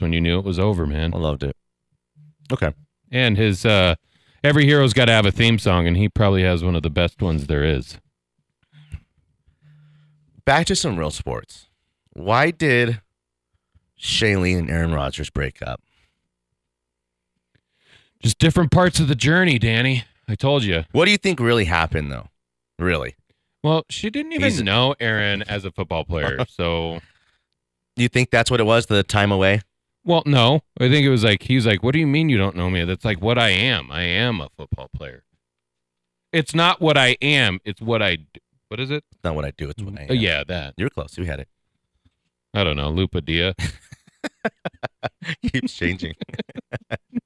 Speaker 6: when you knew it was over, man.
Speaker 3: I loved it. Okay.
Speaker 6: And his uh every hero's got to have a theme song and he probably has one of the best ones there is.
Speaker 3: Back to some real sports. Why did Shailene and Aaron Rodgers break up?
Speaker 6: Just different parts of the journey, Danny. I told you.
Speaker 3: What do you think really happened, though? Really?
Speaker 6: Well, she didn't even
Speaker 3: He's-
Speaker 6: know Aaron as a football player. So,
Speaker 3: Do you think that's what it was, the time away?
Speaker 6: well, no. I think it was like he's like, "What do you mean you don't know me?" That's like what I am. I am a football player. It's not what I am, it's what I do. What is it?
Speaker 3: Not what I do, it's what I am.
Speaker 6: Oh, yeah, that.
Speaker 3: You're close. You had it.
Speaker 6: I don't know. Lupadia.
Speaker 3: Keeps changing.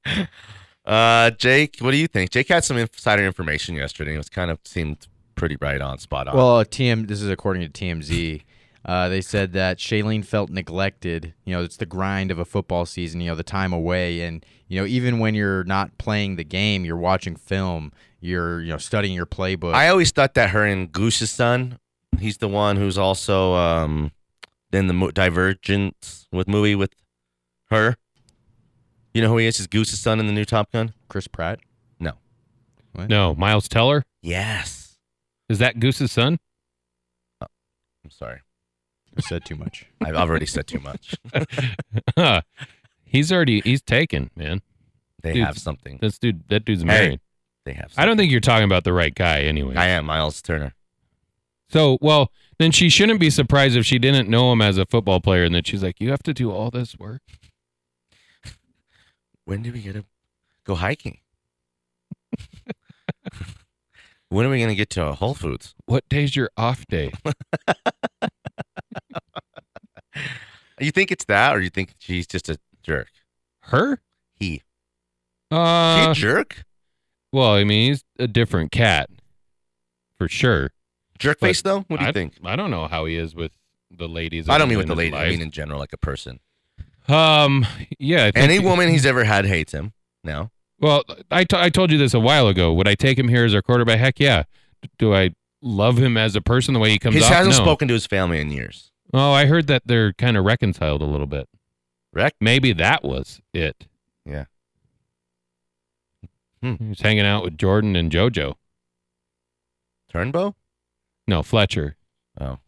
Speaker 3: uh, Jake, what do you think? Jake had some insider information yesterday. It was kind of seemed pretty right on, spot on.
Speaker 7: Well, TM. This is according to TMZ. Uh, they said that Shailene felt neglected. You know, it's the grind of a football season. You know, the time away, and you know, even when you're not playing the game, you're watching film. You're you know studying your playbook.
Speaker 3: I always thought that her and Goose's son, he's the one who's also um, in the mo- Divergence with movie with her. You know who he is? Is Goose's son in the new Top Gun?
Speaker 7: Chris Pratt.
Speaker 3: No.
Speaker 6: No, Miles Teller.
Speaker 3: Yes.
Speaker 6: Is that Goose's son?
Speaker 3: I'm sorry.
Speaker 7: I said too much.
Speaker 3: I've already said too much.
Speaker 6: he's already he's taken, man.
Speaker 3: They
Speaker 6: Dude.
Speaker 3: have something.
Speaker 6: This dude that dude's
Speaker 3: Hey,
Speaker 6: married.
Speaker 3: They have. Something.
Speaker 6: I don't think you're talking about the right guy anyway.
Speaker 3: I am Miles Turner.
Speaker 6: So, well, then she shouldn't be surprised if she didn't know him as a football player and then she's like, "You have to do all this work."
Speaker 3: When do we get to go hiking? when are we going to get to a Whole Foods?
Speaker 6: What day's your off day?
Speaker 3: You think it's that, or you think she's just a jerk?
Speaker 6: Her?
Speaker 3: He.
Speaker 6: Uh,
Speaker 3: he a jerk?
Speaker 6: well, I mean, he's a different cat. For sure.
Speaker 3: Jerk face though. What do you
Speaker 6: I,
Speaker 3: think?
Speaker 6: I don't know how he is with the ladies.
Speaker 3: I don't mean with the
Speaker 6: in his
Speaker 3: lady. I
Speaker 6: life.
Speaker 3: mean in general, like a person.
Speaker 6: um, yeah, I think
Speaker 3: Any woman he's ever had hates him. No.
Speaker 6: Well, I to- I told you this a while ago. Would I take him here as our quarterback? Heck yeah. D- Do I love him as a person the way he comes
Speaker 3: He
Speaker 6: off?
Speaker 3: hasn't
Speaker 6: No.
Speaker 3: spoken to his family in years.
Speaker 6: Oh, I heard that they're kind of reconciled a little bit.
Speaker 3: Rec-
Speaker 6: Maybe that was it.
Speaker 3: Yeah. Hmm.
Speaker 6: He was hanging out with Jordan and JoJo.
Speaker 3: Turnbow?
Speaker 6: No, Fletcher.
Speaker 3: Oh,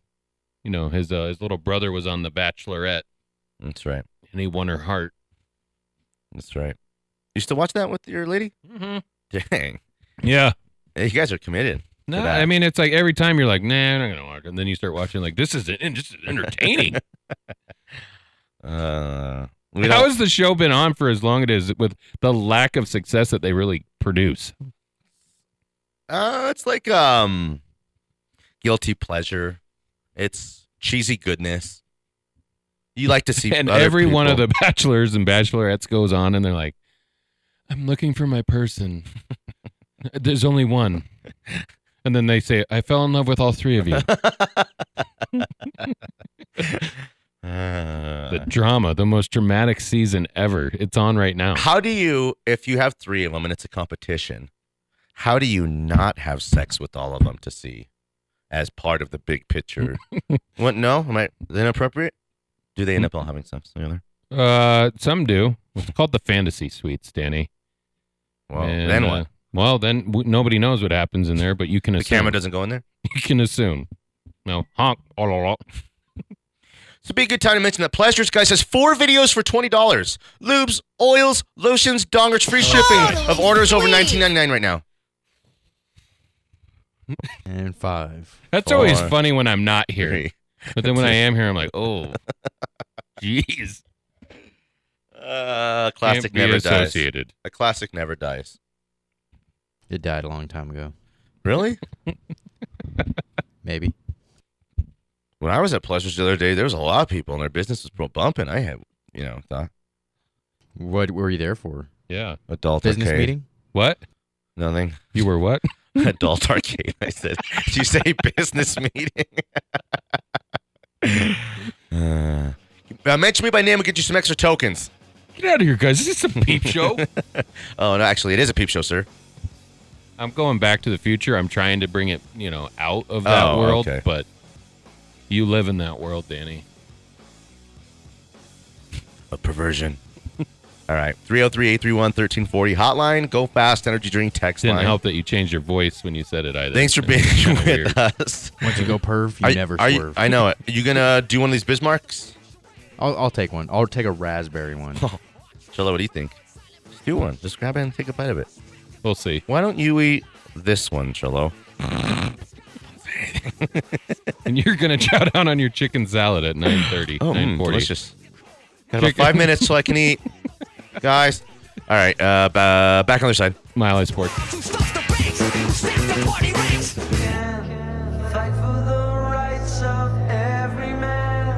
Speaker 6: You know, his uh, his little brother was on The Bachelorette
Speaker 3: that's right.
Speaker 6: and he won her heart.
Speaker 3: That's right. You still watch that with your lady?
Speaker 6: Mm-hmm.
Speaker 3: Dang.
Speaker 6: Yeah.
Speaker 3: Hey, You guys are committed.
Speaker 6: No,
Speaker 3: that.
Speaker 6: I mean it's like every time you're like, nah, I'm not gonna watch it. And then you start watching like this is en- just entertaining.
Speaker 3: Uh, we
Speaker 6: How
Speaker 3: don't-
Speaker 6: has the show been on for as long it is with the lack of success that they really produce?
Speaker 3: Uh, it's like um, guilty pleasure. It's cheesy goodness. You like to see
Speaker 6: and
Speaker 3: other
Speaker 6: every one of
Speaker 3: people-
Speaker 6: the bachelors and bachelorettes goes on and they're like, I'm looking for my person. There's only one. And then they say, I fell in love with all three of you.
Speaker 3: Uh,
Speaker 6: the drama, the most dramatic season ever. It's on right now.
Speaker 3: How do you, if you have three of them and it's a competition, how do you not have sex with all of them to see as part of the big picture? what? No, am I is that inappropriate? Do they end up all having sex together?
Speaker 6: Uh, some do. It's called the fantasy suites, Danny.
Speaker 3: Well,
Speaker 6: And,
Speaker 3: then
Speaker 6: uh,
Speaker 3: what?
Speaker 6: well, then w- nobody knows what happens in there, but you can
Speaker 3: The
Speaker 6: assume.
Speaker 3: camera doesn't go in there.
Speaker 6: you can assume. No honk. Oh, oh, oh.
Speaker 3: So be a good time to mention that Plasters Guy says four videos for twenty dollars: lubes, oils, lotions, dongers,
Speaker 7: Oh,
Speaker 3: free shipping of orders over nineteen ninety nine right now.
Speaker 7: And five.
Speaker 6: That's always
Speaker 3: Four.
Speaker 6: funny when I'm not here,
Speaker 3: Three.
Speaker 6: but then when I am here, I'm like, oh, jeez.
Speaker 3: Uh,
Speaker 6: Can't
Speaker 3: classic
Speaker 6: be
Speaker 3: never dies.
Speaker 6: associated.
Speaker 3: A classic never dies.
Speaker 7: It died a long time ago.
Speaker 3: Really?
Speaker 7: Maybe.
Speaker 3: When I was at Pleasures the other day, there was a lot of people and their business was pro- bumping. I had, you know, thought
Speaker 7: What were you there for?
Speaker 6: Yeah.
Speaker 3: adult
Speaker 7: Business
Speaker 3: arcade.
Speaker 7: meeting.
Speaker 6: What?
Speaker 3: Nothing.
Speaker 6: You were what?
Speaker 3: adult arcade. I said, did you say business meeting? uh, uh, mention me by name and get you some extra tokens.
Speaker 6: Get out of here, guys. This is a peep show.
Speaker 3: Oh, no, actually, it is a peep show, sir.
Speaker 6: I'm going back to the future. I'm trying to bring it, you know, out of that
Speaker 3: Oh,
Speaker 6: world,
Speaker 3: okay.
Speaker 6: but you live in that world, Danny.
Speaker 3: of perversion. All right. 303 831 1340 hotline. Go fast energy drink text
Speaker 6: Didn't
Speaker 3: line.
Speaker 6: help that you changed your voice when you said it either.
Speaker 3: Thanks for being
Speaker 6: It's kinda
Speaker 3: with
Speaker 6: weird.
Speaker 3: us.
Speaker 7: Once you go perv, you
Speaker 3: Are-
Speaker 7: never
Speaker 3: are
Speaker 7: swerve.
Speaker 3: I know it. Are you going to do one of these Bismarcks?
Speaker 7: I'll, I'll take one. I'll take a raspberry one.
Speaker 3: Jello, what do you think? Just do one. Just grab it and take a bite of it.
Speaker 6: We'll see.
Speaker 3: Why don't you eat this one, Jello?
Speaker 6: And you're gonna chow down on your chicken salad at 9:30,
Speaker 3: Oh, mm,
Speaker 6: 9:40.
Speaker 3: delicious. Got about
Speaker 6: Chicken.
Speaker 3: five minutes so I can eat. Guys. All right. Uh, ba- back on the other side.
Speaker 6: Mile High Sports.
Speaker 2: Who stuffs the bags? Who snaps the party rings?
Speaker 10: Fight for the rights of every man.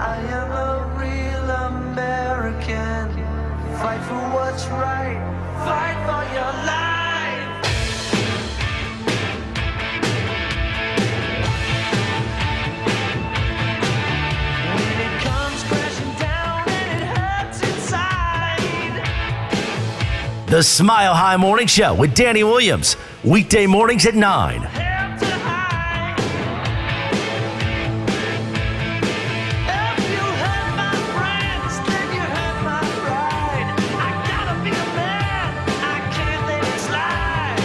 Speaker 10: I am a real American. Fight for what's right. Fight for your life. When it comes crashing down and it hurts inside.
Speaker 1: The Smile High Morning Show with Danny Williams. Weekday mornings at 9.
Speaker 10: Help to hide. If you hurt my friends, then you hurt my pride. I gotta be a man. I can't let it slide.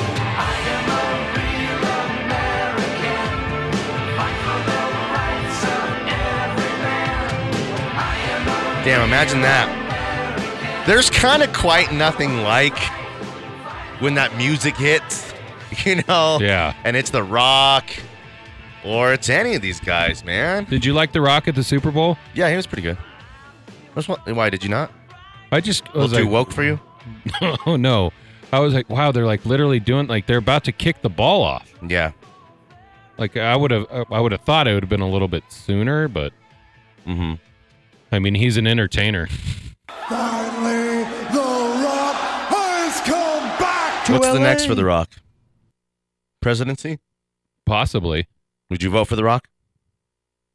Speaker 10: I am a real American. Fight for the rights of every man. I am a
Speaker 3: Damn, imagine that. There's kind of quite nothing like when that music hits, you know?
Speaker 6: Yeah.
Speaker 3: And it's The Rock or it's any of these guys, man.
Speaker 6: Did you like The Rock at the Super Bowl?
Speaker 3: Yeah, he was pretty good. That's what- Why did you not?
Speaker 6: I just I
Speaker 3: A
Speaker 6: was
Speaker 3: little too
Speaker 6: like,
Speaker 3: woke for you?
Speaker 6: oh no. I was like, wow, they're like literally doing like they're about to kick the ball off.
Speaker 3: Yeah.
Speaker 6: Like I would have, I would have thought it would have been a little bit sooner, but
Speaker 3: Mm-hmm.
Speaker 6: I mean, he's an entertainer.
Speaker 4: Finally, The Rock has come back
Speaker 3: What's the next for The Rock? Presidency?
Speaker 6: Possibly.
Speaker 3: Would you vote for The Rock?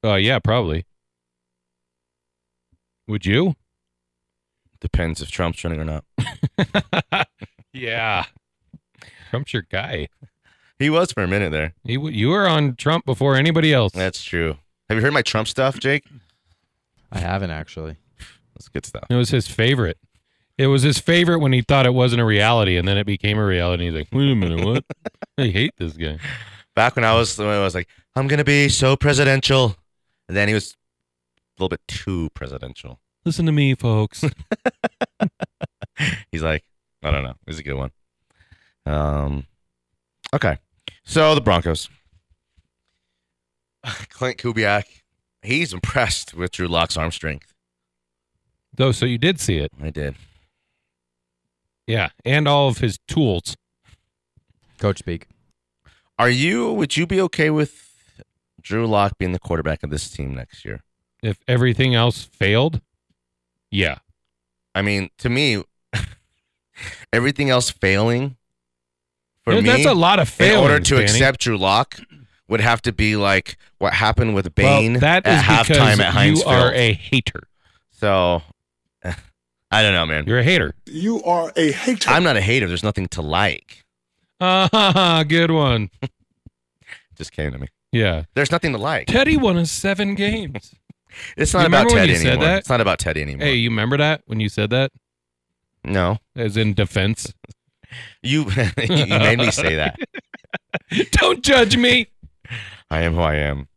Speaker 6: Uh, yeah, probably. Would you?
Speaker 3: Depends if Trump's running or not.
Speaker 6: yeah. Trump's your guy.
Speaker 3: He was for a minute there.
Speaker 6: He, w- you were on Trump before anybody else.
Speaker 3: That's true. Have you heard my Trump stuff, Jake?
Speaker 7: I haven't actually.
Speaker 3: That's good stuff.
Speaker 6: It was his favorite. It was his favorite when he thought it wasn't a reality, and then it became a reality. He's like, wait a minute, what? I hate this guy.
Speaker 3: back when I was when I was like, I'm gonna be so presidential. And then he was a little bit too presidential.
Speaker 6: Listen to me, folks.
Speaker 3: He's like, I don't know. It's a good one. Um Okay. So the Broncos. Clint Kubiak, he's impressed with Drew Locke's arm strength.
Speaker 6: Though, so you did see it.
Speaker 3: I did.
Speaker 6: Yeah. And all of his tools.
Speaker 7: Coach speak.
Speaker 3: Are you would you be okay with Drew Lock being the quarterback of this team next year?
Speaker 6: If everything else failed, yeah.
Speaker 3: I mean, to me, everything else failing for
Speaker 6: Yeah,
Speaker 3: me
Speaker 6: that's a lot of failings.
Speaker 3: in order to
Speaker 6: Danny.
Speaker 3: accept Drew Lock would have to be like what happened with
Speaker 6: Well,
Speaker 3: Bane
Speaker 6: that is
Speaker 3: at halftime at
Speaker 6: because you
Speaker 3: Heinz
Speaker 6: are a hater.
Speaker 3: so I don't know, man.
Speaker 6: You're a hater.
Speaker 4: You are a hater.
Speaker 3: I'm not a hater. There's nothing to like.
Speaker 6: Ah, good one.
Speaker 3: Just came to me.
Speaker 6: Yeah.
Speaker 3: There's nothing to like.
Speaker 6: Teddy won us seven games.
Speaker 3: It's not
Speaker 6: You
Speaker 3: about
Speaker 6: remember when
Speaker 3: Teddy
Speaker 6: you said
Speaker 3: anymore.
Speaker 6: that?
Speaker 3: It's not about Teddy anymore.
Speaker 6: hey, you remember that when you said that?
Speaker 3: No,
Speaker 6: As in defense.
Speaker 3: you you made me say that.
Speaker 6: Don't judge me.
Speaker 3: I am who I am.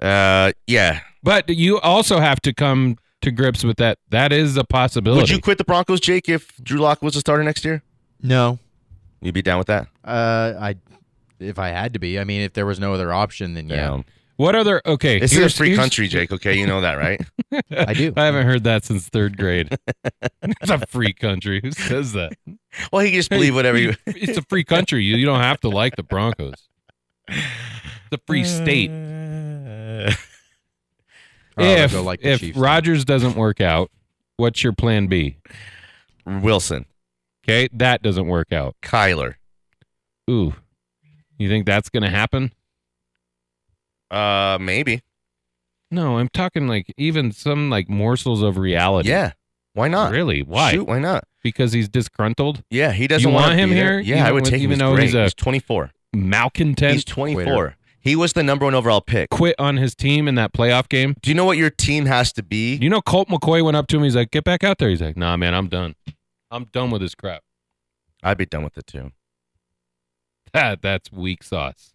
Speaker 3: Uh, yeah.
Speaker 6: But you also have to come to grips with that. That is a possibility.
Speaker 3: Would you quit the Broncos, Jake, if Drew Lock was a starter next year?
Speaker 7: No.
Speaker 3: You'd be down with that?
Speaker 7: Uh, I if I had to be, I mean, if there was no other option, then yeah,
Speaker 3: Down.
Speaker 6: what other? Okay.
Speaker 3: This
Speaker 6: here's-
Speaker 3: is a free
Speaker 6: here's-
Speaker 3: country, Jake. Okay, you know that, right?
Speaker 7: I do.
Speaker 6: I haven't heard that since third grade. it's a free country. Who says that?
Speaker 3: well, he can just believe whatever you.
Speaker 6: It's a free country. You, you don't have to like the Broncos. It's a free state.
Speaker 3: Oh,
Speaker 7: Or I would
Speaker 6: if
Speaker 7: go like the
Speaker 6: if
Speaker 7: Chiefs.
Speaker 6: Rodgers doesn't work out, what's your plan B?
Speaker 3: Wilson,
Speaker 6: Okay, that doesn't work out.
Speaker 3: Kyler,
Speaker 6: Ooh, you think that's gonna happen?
Speaker 3: uh, maybe.
Speaker 6: No, I'm talking like even some like morsels of reality.
Speaker 3: Yeah, why not?
Speaker 6: really? Why?
Speaker 3: Shoot, why not?
Speaker 6: Because he's disgruntled,
Speaker 3: Yeah, he doesn't
Speaker 6: You want
Speaker 3: wanna
Speaker 6: him
Speaker 3: be there. Yeah,
Speaker 6: here?
Speaker 3: I
Speaker 6: Even
Speaker 3: would
Speaker 6: with-
Speaker 3: take him.
Speaker 6: even
Speaker 3: He's
Speaker 6: though
Speaker 3: great.
Speaker 6: he's a-
Speaker 3: he's 24.
Speaker 6: malcontent.
Speaker 3: He's 24.
Speaker 7: Waiter.
Speaker 3: He was the number one overall pick.
Speaker 6: Quit on his team in that playoff game.
Speaker 3: Do you know what your team has to be?
Speaker 6: You know, Colt McCoy went up to him. He's like, "Get back out there." He's like, "Nah, man, I'm done. I'm done with this crap.
Speaker 3: I'd be done with it too.
Speaker 6: That that's weak sauce,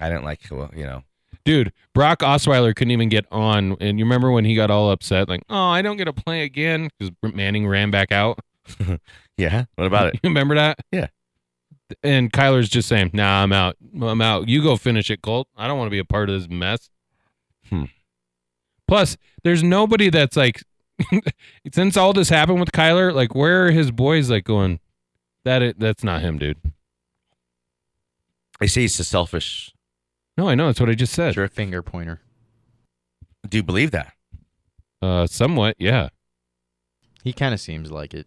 Speaker 3: I didn't like who you know.
Speaker 6: dude." Brock Osweiler couldn't even get on, and you remember when he got all upset, like, "Oh, I don't get to play again," because Manning ran back out.
Speaker 3: Yeah. What about it?
Speaker 6: You remember that?
Speaker 3: Yeah.
Speaker 6: And Kyler's just saying, "Nah, I'm out. I'm out. You go finish it, Colt. I don't want to be a part of this mess."
Speaker 3: Hmm.
Speaker 6: Plus, there's nobody that's like, since all this happened with Kyler, like, where are his boys like going? That it, that's not him, dude.
Speaker 3: They say he's a selfish.
Speaker 6: No, I know that's what I just said.
Speaker 7: Sure, finger pointer.
Speaker 3: Do you believe that?
Speaker 6: Uh, somewhat, yeah.
Speaker 7: He kind of seems like it.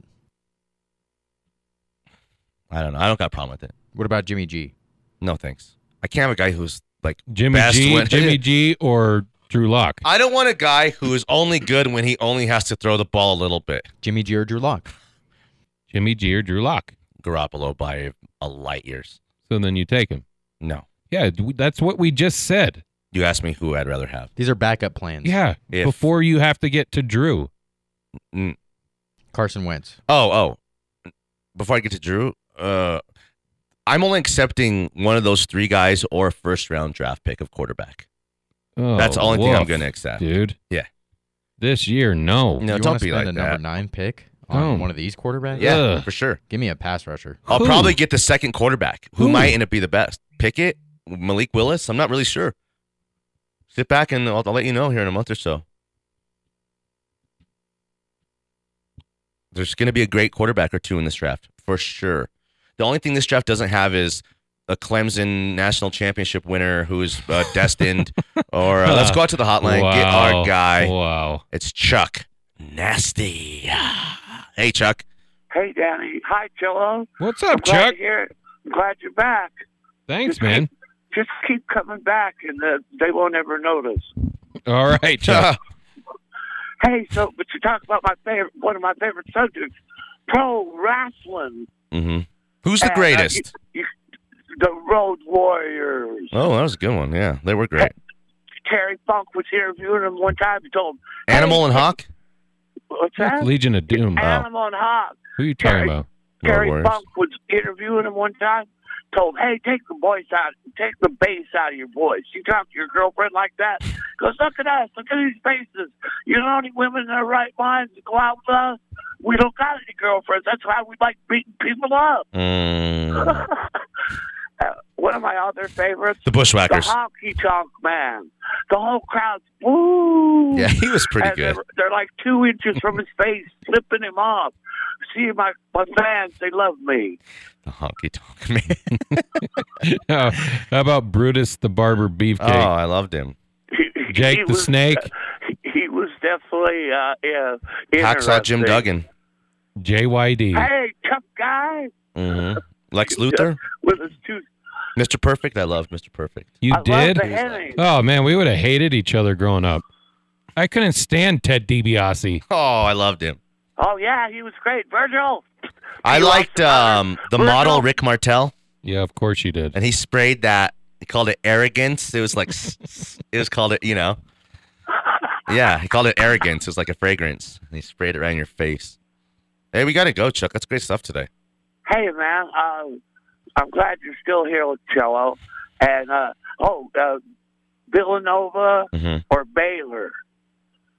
Speaker 3: I don't know. I don't got a problem with it.
Speaker 7: What about Jimmy G?
Speaker 3: No thanks. I can't have a guy who's like
Speaker 6: Jimmy
Speaker 3: best
Speaker 6: G,
Speaker 3: when-
Speaker 6: Jimmy G, or Drew Lock.
Speaker 3: I don't want a guy who is only good when he only has to throw the ball a little bit.
Speaker 7: Jimmy G or Drew Lock?
Speaker 6: Jimmy G or Drew Lock.
Speaker 3: Garoppolo by a light years.
Speaker 6: So then you take him.
Speaker 3: No.
Speaker 6: Yeah, d- that's what we just said.
Speaker 3: You asked me who I'd rather have.
Speaker 7: These are backup plans.
Speaker 6: Yeah,
Speaker 3: If-
Speaker 6: before you have to get to Drew.
Speaker 7: Carson Wentz.
Speaker 3: Oh, oh. Before I get to Drew, uh, I'm only accepting one of those three guys or a first round draft pick of quarterback.
Speaker 6: Oh,
Speaker 3: That's the only thing I'm
Speaker 6: woof,
Speaker 3: going to accept.
Speaker 6: dude.
Speaker 3: Yeah.
Speaker 6: This year, no.
Speaker 3: No,
Speaker 7: you
Speaker 3: don't
Speaker 7: wanna
Speaker 3: be
Speaker 7: spend
Speaker 3: like
Speaker 7: a number
Speaker 3: that.
Speaker 7: nine pick on
Speaker 6: Don't.
Speaker 7: one of these quarterbacks?
Speaker 3: Yeah,
Speaker 6: Ugh.
Speaker 3: for sure.
Speaker 7: Give me a pass rusher.
Speaker 3: I'll
Speaker 6: Who?
Speaker 3: probably get the second quarterback who,
Speaker 6: Who?
Speaker 3: might end up be the best. Pickett, Malik Willis. I'm not really sure. Sit back and I'll, I'll let you know here in a month or so. There's going to be a great quarterback or two in this draft for sure. The only thing this draft doesn't have is a Clemson national championship winner who's uh, destined, or uh, let's go out to the hotline, get
Speaker 6: Wow.
Speaker 3: our guy.
Speaker 6: Wow.
Speaker 3: It's Chuck. Nasty. Hey, Chuck.
Speaker 11: Hey, Danny. Hi, Jello.
Speaker 6: What's up,
Speaker 11: Glad
Speaker 6: Chuck?
Speaker 11: to hear it. I'm glad you're back.
Speaker 6: Thanks, man.
Speaker 11: Just keep coming back, and uh, they won't ever notice.
Speaker 6: All right, Chuck.
Speaker 11: Hey, so but you talk about my favorite, one of my favorite subjects, pro wrestling.
Speaker 3: hmm Who's the
Speaker 11: And, uh,
Speaker 3: greatest?
Speaker 11: you- you- the Road Warriors.
Speaker 3: Oh, that was a good one. Yeah, they were great.
Speaker 11: Terry Funk was interviewing him one time. He told him,
Speaker 3: Animal and Hawk.
Speaker 11: "What's that?"
Speaker 6: Legion of Doom.
Speaker 11: Animal and Hawk.
Speaker 6: Who are you talking
Speaker 11: Terry-
Speaker 6: about?
Speaker 3: No
Speaker 11: Terry
Speaker 3: worries.
Speaker 11: Funk was interviewing him one time. Told him, "Hey, take the voice out, take the bass out of your voice. You talk to your girlfriend like that. Goes, look at us, look at these faces. You're the only women in their right minds to go out with us. We don't got any girlfriends. That's why we like beating people up."
Speaker 3: Mm,
Speaker 11: Uh, one of my other favorites,
Speaker 3: the Bushwhackers.
Speaker 11: the honky tonk man. The whole crowd's woo.
Speaker 3: Yeah, he was pretty
Speaker 11: And
Speaker 3: good.
Speaker 11: They're, they're like two inches from his face, flipping him off. See, my, my fans, they love me.
Speaker 3: The honky tonk man.
Speaker 6: Oh, how about Brutus the Barber
Speaker 3: Oh,
Speaker 6: Beefcake?
Speaker 3: I loved him.
Speaker 11: He- he-
Speaker 6: Jake
Speaker 11: he
Speaker 6: the
Speaker 11: was-
Speaker 6: Snake,
Speaker 11: he- He was definitely uh, yeah,
Speaker 3: Hacksaw Jim
Speaker 11: interesting.
Speaker 3: Duggan.
Speaker 6: JYD.
Speaker 11: Hey, tough guy
Speaker 3: hmm Lex Luthor.
Speaker 11: with his two.
Speaker 3: Mr. Perfect. I loved Mr. Perfect.
Speaker 6: You
Speaker 11: I
Speaker 6: did?
Speaker 11: Love the Henning.
Speaker 6: Oh man, we would have hated each other growing up. I couldn't stand Ted DiBiase.
Speaker 3: Oh, I loved him.
Speaker 11: oh yeah, he was great. Virgil.
Speaker 3: I liked um, the model Rick Martel,
Speaker 6: Yeah, of course you did.
Speaker 3: and he sprayed that. He called it arrogance. It was like, s- s- it was called it, you know. Yeah, he called it arrogance. It was like a fragrance, and he sprayed it around your face. Hey, we gotta go, Chuck. That's great stuff today.
Speaker 11: Hey man, um, I'm glad you're still here with Cello. And uh, oh, uh, Villanova
Speaker 3: Mm-hmm.
Speaker 11: or Baylor.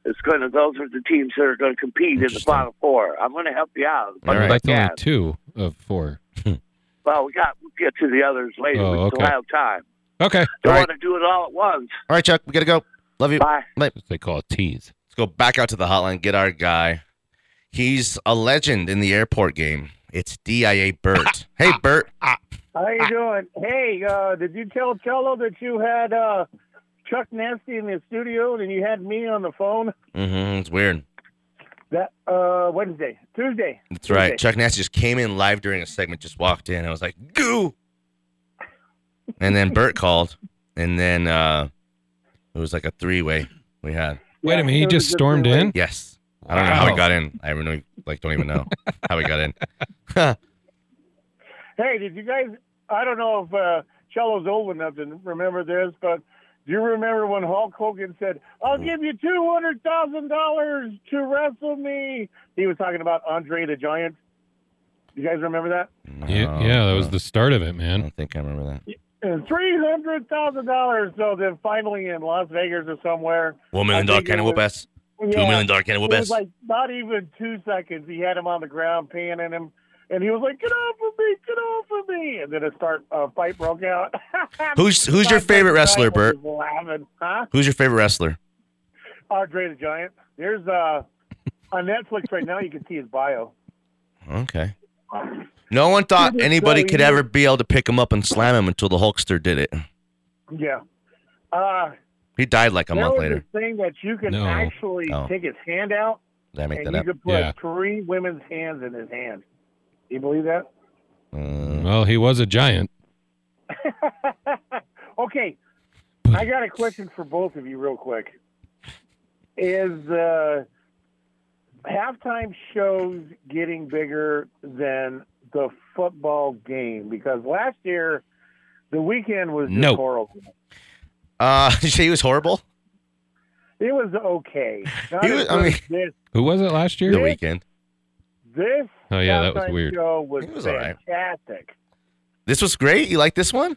Speaker 11: It's going to. Those are the teams that are going to compete in the
Speaker 3: Interesting.
Speaker 11: Final Four. I'm going to help you out.
Speaker 3: All right.
Speaker 6: Like only
Speaker 11: Yeah.
Speaker 6: two of four.
Speaker 11: Well, we got. We'll get to the others later.
Speaker 6: Oh,
Speaker 11: we
Speaker 6: okay.
Speaker 11: still have time.
Speaker 6: Okay.
Speaker 3: All
Speaker 11: Don't
Speaker 3: right.
Speaker 11: want to do it all at once.
Speaker 3: All right, Chuck. We gotta go. Love you.
Speaker 11: Bye.
Speaker 6: That's what they call a tease.
Speaker 3: Let's go back out to the hotline, get our guy. He's a legend in the airport game. It's DIA Bert. hey, Bert.
Speaker 11: How you doing? Hey, uh, did you tell Cello that you had uh, Chuck Nasty in the studio and you had me on the phone
Speaker 3: Mm-hmm, it's weird.
Speaker 11: that uh, Wednesday, Tuesday?
Speaker 3: That's right.
Speaker 11: Tuesday.
Speaker 3: Chuck Nasty just came in live during a segment, just walked in. I was like, goo. And then Bert called. And then uh, it was like a three way we had.
Speaker 6: Wait a minute, he just stormed in?
Speaker 3: Yes. I don't know how he
Speaker 6: Wow.
Speaker 3: got in. I really, like don't even know how he got in.
Speaker 11: Hey, did you guys? I don't know if uh, Shello's old enough to remember this, but do you remember when Hulk Hogan said, "I'll give you two hundred thousand dollars to wrestle me"? He was talking about Andre the Giant. You guys remember that?
Speaker 3: Oh,
Speaker 6: Yeah, yeah, that
Speaker 3: uh-huh.
Speaker 6: was the start of it, man. I
Speaker 3: don't think I remember that.
Speaker 11: And three hundred thousand dollars. So then, finally, in Las Vegas or somewhere,
Speaker 3: One million dollar can of whoop ass. Two
Speaker 11: yeah.
Speaker 3: million dollar can of whoop
Speaker 11: It
Speaker 3: ass.
Speaker 11: was like not even two seconds. He had him on the ground, panning him, and he was like, "Get off of me! Get off of me!" And then a start a fight broke out.
Speaker 3: Who's- who's your favorite wrestler, Bert?
Speaker 11: Was Laughing, huh?
Speaker 3: Who's your favorite wrestler?
Speaker 11: Andre the Giant. There's uh on Netflix right now. You can see his bio.
Speaker 3: Okay. No one thought
Speaker 11: Who's
Speaker 3: anybody
Speaker 11: the-
Speaker 3: could ever be able to pick him up and slam him until the Hulkster did it.
Speaker 11: Yeah. Uh,
Speaker 3: He died like a
Speaker 11: there
Speaker 3: month
Speaker 11: was
Speaker 3: later.
Speaker 11: This thing that you can
Speaker 3: No.
Speaker 11: actually
Speaker 3: Oh.
Speaker 11: take his hand out,
Speaker 3: Did I make
Speaker 11: and
Speaker 3: that
Speaker 11: you
Speaker 3: up?
Speaker 11: could put
Speaker 6: Yeah.
Speaker 11: three women's hands in his hand. Do you believe that?
Speaker 3: Uh-huh.
Speaker 6: well, he was a giant.
Speaker 11: Okay, I got a question for both of you, real quick. Is uh, halftime shows getting bigger than the football game? Because last year, the weekend was just
Speaker 3: No.
Speaker 11: horrible.
Speaker 3: Uh, did you say he was horrible?
Speaker 11: It was okay. Not
Speaker 3: He was-
Speaker 11: as
Speaker 3: I
Speaker 11: good
Speaker 3: mean-
Speaker 11: as this
Speaker 6: Who was it last year?
Speaker 3: The weekend.
Speaker 11: this
Speaker 6: Oh, yeah, that was
Speaker 11: halftime
Speaker 6: weird.
Speaker 11: show was,
Speaker 3: It was all right.
Speaker 11: fantastic.
Speaker 3: This was great. You like this one?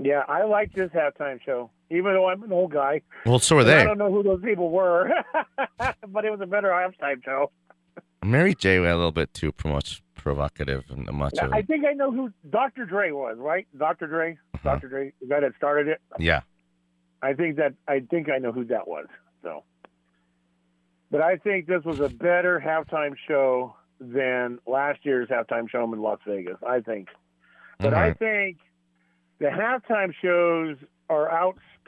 Speaker 11: Yeah, I like this halftime show, even though I'm an old guy.
Speaker 3: Well, so are
Speaker 11: And I
Speaker 3: they.
Speaker 11: don't know who those people were, but it was a better halftime show.
Speaker 3: Mary J went a little bit too pro- much provocative and much
Speaker 11: Yeah,
Speaker 3: of
Speaker 11: I think I know who Dr. Dre was, right? Dr. Dre,
Speaker 3: Uh-huh.
Speaker 11: Dr. Dre, the guy that started it.
Speaker 3: yeah.
Speaker 11: I think that I think I know who that was. So, but I think this was a better halftime show than last year's halftime show in Las Vegas. I think, but I
Speaker 3: Alright.
Speaker 11: think the halftime shows are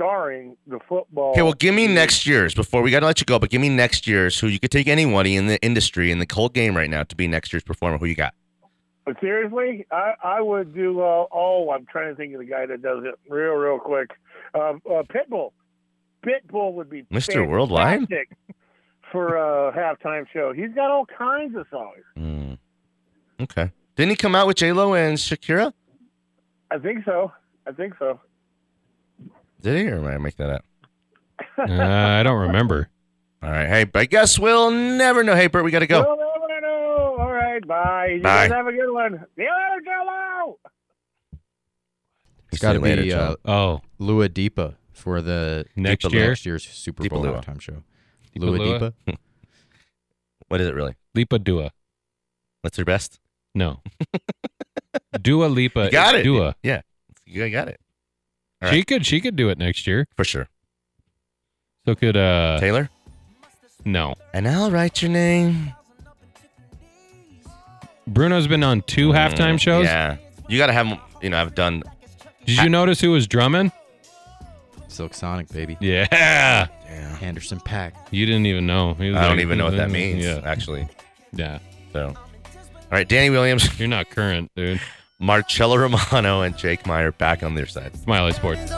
Speaker 11: outstarring the football.
Speaker 3: Okay, well, give me next year's before we got to let you go, but give me next year's who you could take anybody in the industry in the cold game right now to be next year's performer. Who you got?
Speaker 11: But seriously, I, I would do. Uh, oh, I'm trying to think of the guy that does it real, real quick. Um, uh, Pitbull. Pitbull would be
Speaker 3: Mr. Worldwide?
Speaker 11: fantastic for a halftime show. He's got all kinds of songs.
Speaker 3: Hmm. Okay. Didn't he come out with J Lo and Shakira?
Speaker 11: I think so. I think so.
Speaker 3: Did he, or am I making that up?
Speaker 6: Uh, I don't remember.
Speaker 3: All right. Hey, but I guess we'll never know. Hey, Bert, we got to go.
Speaker 11: Well, I wanna know. All right, bye. You
Speaker 3: Bye.
Speaker 11: guys have a good one. See you later, Jello.
Speaker 7: It's got to
Speaker 3: See you later,
Speaker 7: be uh,
Speaker 3: John.
Speaker 6: oh
Speaker 7: Lua Deepa for the
Speaker 6: Next Deepa Lua. year?
Speaker 7: next year's Super
Speaker 3: Deepa
Speaker 7: Bowl
Speaker 3: Lua.
Speaker 7: halftime show.
Speaker 6: Deepa
Speaker 7: Lua
Speaker 6: Lua?
Speaker 7: Deepa.
Speaker 3: What is it really?
Speaker 6: Lipa Dua.
Speaker 3: What's your best?
Speaker 6: No. Dua Lipa.
Speaker 3: You got
Speaker 6: is
Speaker 3: it.
Speaker 6: Dua.
Speaker 3: Yeah. You got it. All
Speaker 6: She
Speaker 3: right.
Speaker 6: could. She could do it next year.
Speaker 3: For sure.
Speaker 6: So could uh
Speaker 3: Taylor?
Speaker 6: No.
Speaker 3: And I'll write your name.
Speaker 6: Bruno's been on two halftime shows.
Speaker 3: Mm, Yeah. You got to have, 'em- you know, I've done.
Speaker 6: Did you notice who was drumming?
Speaker 7: Silk Sonic, baby.
Speaker 6: Yeah.
Speaker 7: Anderson Pack.
Speaker 6: You didn't even know. He was
Speaker 3: I don't
Speaker 6: like- uh,
Speaker 3: even know what that means,
Speaker 6: Yeah.
Speaker 3: actually.
Speaker 6: Yeah.
Speaker 3: So, all right, Danny Williams,
Speaker 6: You're not current, dude.
Speaker 3: Marcello Romano, and Jake Meyer back on their side.
Speaker 6: Smiley Sports.